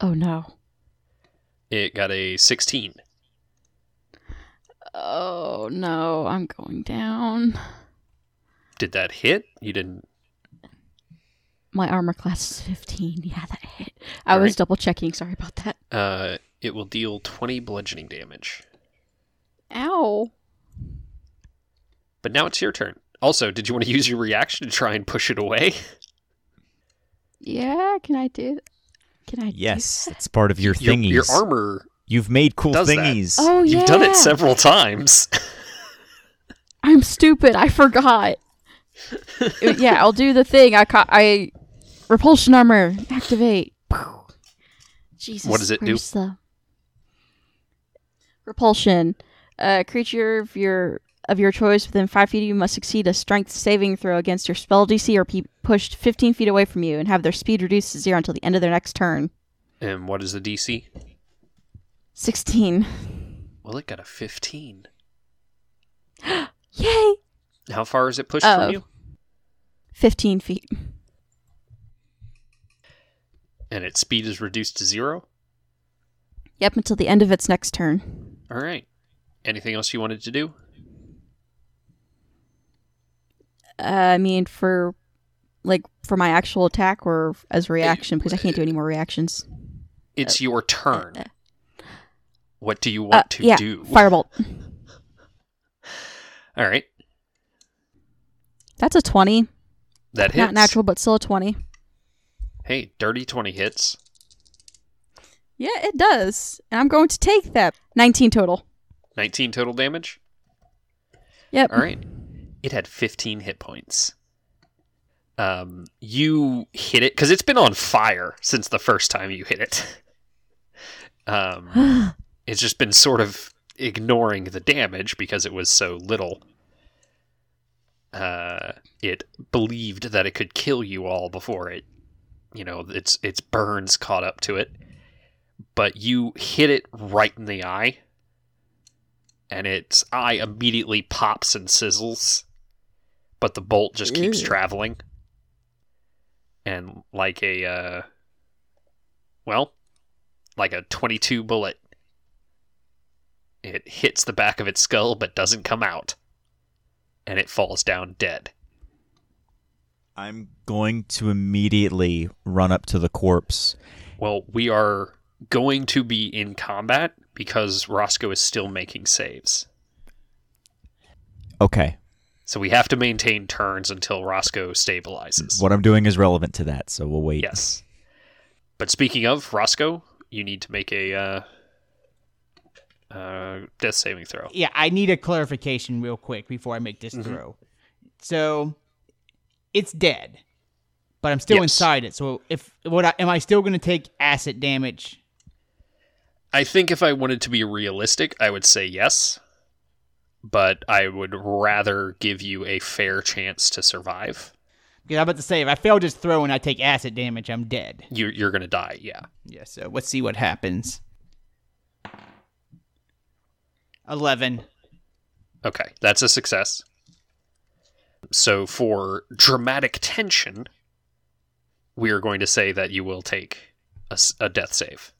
Speaker 4: Oh no.
Speaker 1: It got a 16.
Speaker 4: Oh no, I'm going down.
Speaker 1: Did that hit? You didn't.
Speaker 4: My armor class is 15. Yeah, that hit. I was
Speaker 1: Alright.
Speaker 4: double checking. Sorry about that.
Speaker 1: Uh, it will deal 20 bludgeoning damage.
Speaker 4: Ow.
Speaker 1: But now it's your turn. Also, did you want to use your reaction to try and push it away?
Speaker 4: Yeah, can I do Can I do
Speaker 3: Yes,
Speaker 4: that?
Speaker 3: it's part of your
Speaker 1: Your,
Speaker 3: thingies.
Speaker 1: your armor.
Speaker 3: You've made cool
Speaker 1: does that.
Speaker 3: thingies.
Speaker 4: Oh yeah.
Speaker 1: You've done it several times.
Speaker 4: I'm stupid. I forgot. Uh, yeah, I'll do the thing. I ca- I repulsion armor activate. Pow. Jesus.
Speaker 1: What does it do?
Speaker 4: where's The... Repulsion. A creature of your of your choice within five feet of you must succeed a strength saving throw against your spell DC or be pushed 15 feet away from you and have their speed reduced to zero until the end of their next turn.
Speaker 1: and what is the DC?
Speaker 4: 16.
Speaker 1: Well, it got a 15.
Speaker 4: Yay!
Speaker 1: How far is it pushed
Speaker 4: Oh.
Speaker 1: from you?
Speaker 4: 15 feet.
Speaker 1: And its speed is reduced to zero?
Speaker 4: Yep, until the end of its next turn.
Speaker 1: All right. Anything else you wanted to do?
Speaker 4: Uh, I mean, for like for my actual attack or as reaction because I can't do any more reactions.
Speaker 1: It's your turn. What do you
Speaker 4: Oh, Uh,
Speaker 1: want to
Speaker 4: yeah,
Speaker 1: do?
Speaker 4: firebolt.
Speaker 1: All right.
Speaker 4: That's a twenty.
Speaker 1: That hits.
Speaker 4: Not natural, but still a twenty.
Speaker 1: Hey, dirty 20 hits.
Speaker 4: Yeah, it does, and I'm going to take that. Nineteen total.
Speaker 1: 19 total damage.
Speaker 4: Yep.
Speaker 1: All right. It had 15 hit points.
Speaker 2: um, you hit it because it's been on fire since the first time you hit it. um, it's just been sort of ignoring the damage because it was so little. Uh, it believed that it could kill you all before it, you know, its its burns caught up to it. But you hit it right in the eye, and its eye immediately pops and sizzles, but the bolt just keeps
Speaker 4: Ew.
Speaker 2: traveling. And like a, uh, well, like a twenty-two bullet it hits the back of its skull but doesn't come out. And it falls down dead.
Speaker 3: I'm going to immediately run up to the corpse.
Speaker 2: Well, we are going to be in combat because Roscoe is still making saves.
Speaker 3: Okay.
Speaker 2: So we have to maintain turns until Roscoe stabilizes.
Speaker 3: What I'm doing is relevant to that, so we'll wait.
Speaker 2: Yes. But speaking of Roscoe, you need to make a uh, uh, death saving throw.
Speaker 5: Yeah, I need a clarification real quick before I make this
Speaker 2: Mhm.
Speaker 5: throw. So it's dead, but I'm still
Speaker 2: Yes.
Speaker 5: inside it. So if what I, am I still going to take acid damage?
Speaker 2: I think if I wanted to be realistic, I would say yes. But I would rather give you a fair chance to survive.
Speaker 5: Because I'm about to say if I fail this throw and I take acid damage, I'm dead.
Speaker 2: You're, you're going to die, yeah.
Speaker 5: Yeah. So let's see what happens. Eleven.
Speaker 2: Okay, that's a success. So for dramatic tension, we are going to say that you will take a, s- a death save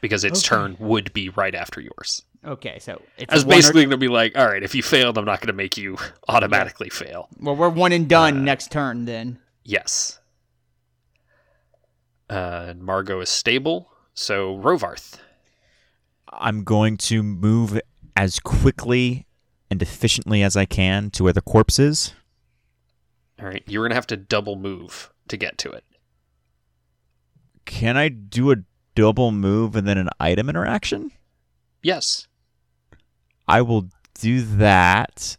Speaker 2: because its
Speaker 5: Okay.
Speaker 2: turn would be right after yours.
Speaker 5: Okay, so it's
Speaker 2: I was
Speaker 5: a one or-
Speaker 2: basically going to be like, all right, if you failed, I'm not going to make you automatically fail.
Speaker 5: well, we're one and done next turn then.
Speaker 2: Yes. Uh, and Margot is stable, so Rovarth.
Speaker 3: I'm going to move as quickly and efficiently as I can to where the corpse is.
Speaker 2: All right, you're going to have to double move to get to it.
Speaker 3: Can I do a double move and then an item interaction?
Speaker 2: Yes.
Speaker 3: I will do that.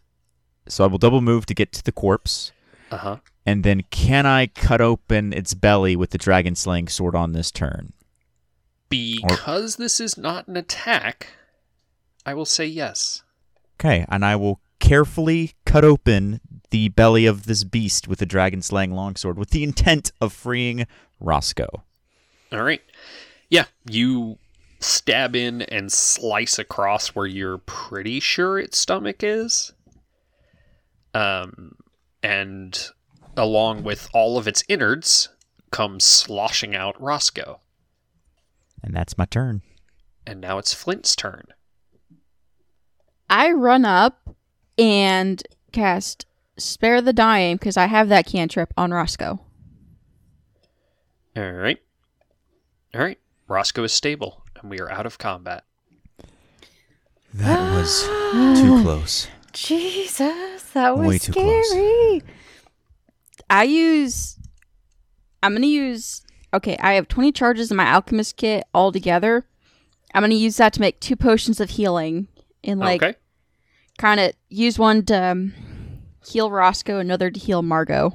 Speaker 3: So I will double move to get to the corpse.
Speaker 2: Uh huh.
Speaker 3: And then can I cut open its belly with the dragon slaying sword on this turn?
Speaker 2: Because this is not an attack, I will say yes.
Speaker 3: Okay, and I will carefully cut open the belly of this beast with the dragon slaying longsword with the intent of freeing Roscoe.
Speaker 2: All right. Yeah, you stab in and slice across where you're pretty sure its stomach is. Um, and along with all of its innards comes sloshing out Roscoe.
Speaker 3: And that's my turn.
Speaker 2: And now it's Flint's turn.
Speaker 4: I run up and cast Spare the Dying because I have that cantrip on Roscoe.
Speaker 2: All right. All right. Roscoe is stable, and we are out of combat.
Speaker 3: That was too close.
Speaker 6: Jesus, that was
Speaker 3: Way too close.
Speaker 6: scary.
Speaker 4: I use. I'm gonna use. Okay, I have 20 charges in my alchemist kit all together. I'm gonna use that to make two potions of healing and like
Speaker 2: okay.
Speaker 4: kind of use one to um, heal Roscoe, another to heal Margot.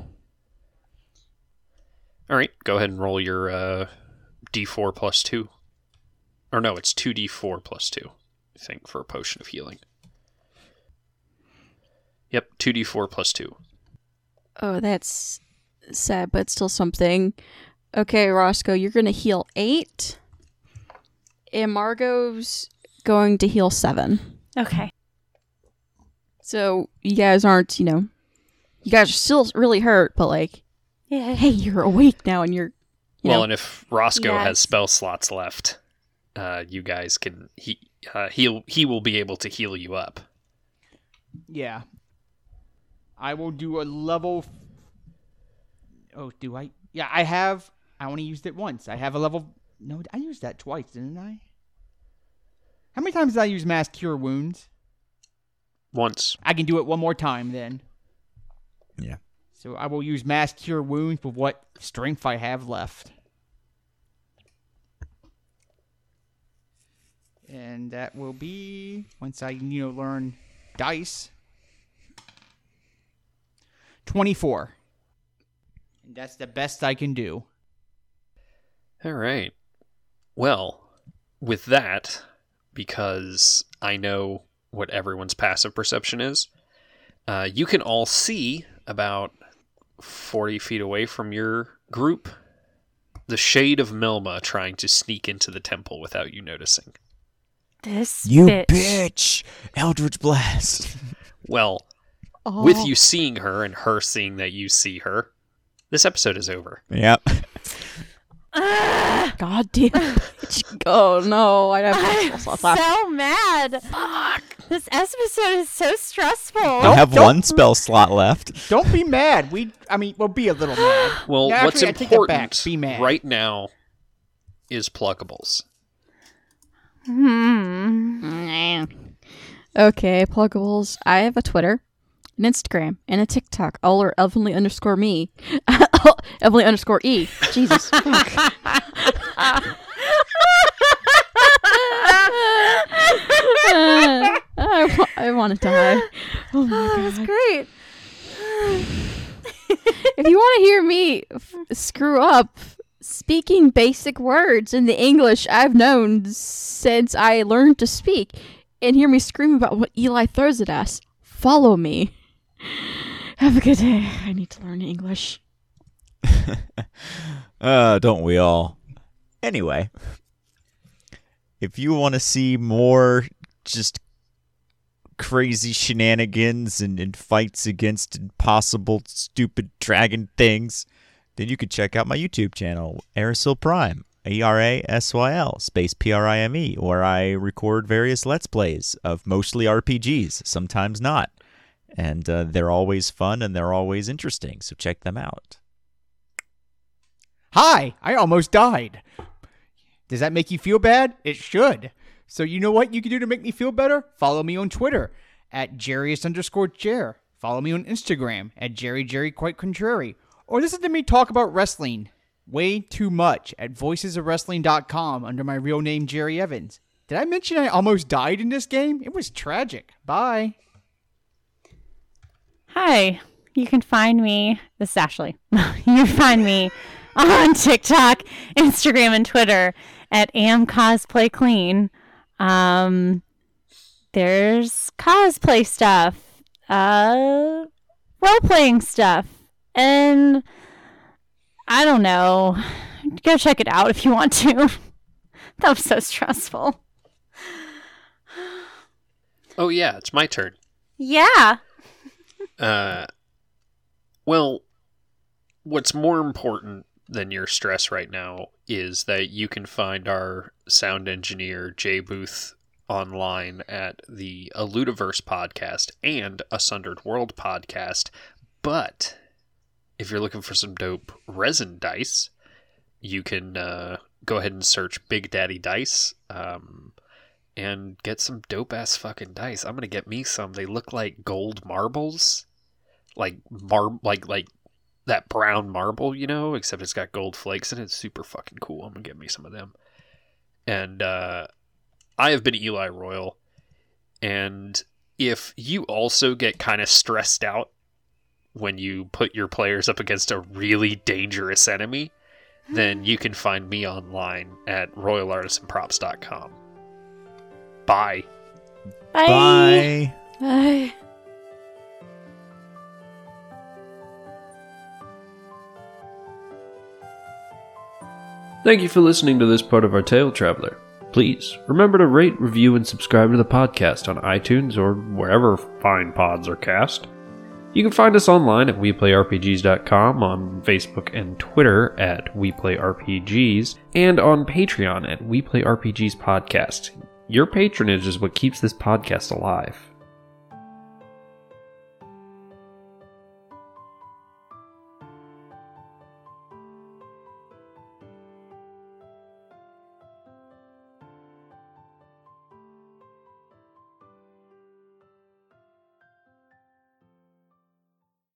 Speaker 2: All right, go ahead and roll your uh, d4 plus 2. Or no, it's 2d4 plus 2, I think, for a potion of healing. Yep, 2d4 plus 2.
Speaker 4: Oh, that's sad, but still something. Okay, Roscoe, you're gonna heal eight, and Margot's going to heal seven.
Speaker 6: Okay.
Speaker 4: So you guys aren't, you know, you guys are still really hurt, but like,
Speaker 6: Yeah.
Speaker 4: hey, you're awake now, and you're, you
Speaker 2: well,
Speaker 4: know,
Speaker 2: and if Roscoe
Speaker 6: Yes.
Speaker 2: has spell slots left, uh, you guys can he uh, he'll he will be able to heal you up.
Speaker 5: Yeah. I will do a level. f- Oh, do I? Yeah, I have. I only used it once. I have a level. No, I used that twice, didn't I? How many times did I use Mass Cure Wounds?
Speaker 2: Once,
Speaker 5: I can do it one more time then.
Speaker 3: Yeah.
Speaker 5: So I will use Mass Cure Wounds with what strength I have left. And that will be once I you know learn dice. Twenty four. That's the best I can do.
Speaker 2: All right. Well, with that, because I know what everyone's passive perception is, uh, you can all see about 40 feet away from your group the shade of Melma trying to sneak into the temple without you noticing.
Speaker 6: This
Speaker 3: You
Speaker 6: bitch.
Speaker 3: bitch! Eldritch Blast!
Speaker 2: Well,
Speaker 4: oh,
Speaker 2: with you seeing her and her seeing that you see her, this episode is over.
Speaker 3: yep.
Speaker 6: Ah,
Speaker 4: God damn. bitch. oh no, I
Speaker 6: I'm
Speaker 4: have left.
Speaker 6: so mad. This episode is so stressful.
Speaker 3: I have
Speaker 5: don't-
Speaker 3: one spell slot left.
Speaker 5: Don't be mad. We, I mean, we'll be a little mad.
Speaker 2: Well,
Speaker 5: No,
Speaker 2: what's
Speaker 5: actually, I take that back.
Speaker 2: important
Speaker 5: Be mad.
Speaker 2: right now is pluggables.
Speaker 6: Hmm.
Speaker 4: Okay, pluggables. I have a Twitter, an Instagram, and a TikTok. All are Evelyn underscore me. Evelyn underscore E. Jesus. fuck. I, wa- I want to die. Oh my
Speaker 6: Oh,
Speaker 4: god.
Speaker 6: that's great.
Speaker 4: If you want to hear me f- screw up speaking basic words in the English I've known since I learned to speak and hear me scream about what Eli throws at us, follow me. Have a good day. I need to learn English.
Speaker 3: Uh, don't we all? Anyway, if you want to see more just crazy shenanigans and, and fights against impossible, stupid dragon things, then you could check out my YouTube channel, Aerosil Prime, E R A S Y L, space P R I M E, where I record various Let's Plays of mostly RPGs, sometimes not. And uh, they're always fun and they're always interesting, so check them out.
Speaker 5: Hi, I almost died. Does that make you feel bad? It should. So you know what you can do to make me feel better? Follow me on Twitter at Jarius underscore Jer. Follow me on Instagram at Jerry Jerry Quite Contrary. Or listen to me talk about wrestling way too much at voicesofwrestling.com under my real name Jerry Evans. Did I mention I almost died in this game? It was tragic. Bye.
Speaker 6: Hi, you can find me. This is Ashley. you can find me on TikTok, Instagram, and Twitter at am cosplay clean. Um, there's cosplay stuff, uh, role playing stuff, and I don't know. Go check it out if you want to. that was so stressful.
Speaker 2: Oh yeah, it's my turn.
Speaker 6: Yeah.
Speaker 2: Uh, well, what's more important than your stress right now is that you can find our sound engineer Jay Booth online at the Eludiverse podcast and a Sundered World podcast. But if you're looking for some dope resin dice, you can uh, go ahead and search Big Daddy Dice. Um, and get some dope ass fucking dice. I'm gonna get me some. They look like gold marbles, like mar like like that brown marble, you know, except it's got gold flakes and it's super fucking cool. I'm gonna get me some of them. And uh, I have been Eli Royal, and if you also get kind of stressed out when you put your players up against a really dangerous enemy, then you can find me online at royalartisanprops.com. Bye.
Speaker 6: Bye.
Speaker 3: Bye.
Speaker 4: Bye.
Speaker 1: Thank you for listening to this part of our tale, Traveler. Please remember to rate, review, and subscribe to the podcast on iTunes or wherever fine pods are cast. You can find us online at weplayrpgs.com, on Facebook and Twitter at weplayrpgs, and on Patreon at weplayrpgs podcast. Your patronage is what keeps this podcast alive.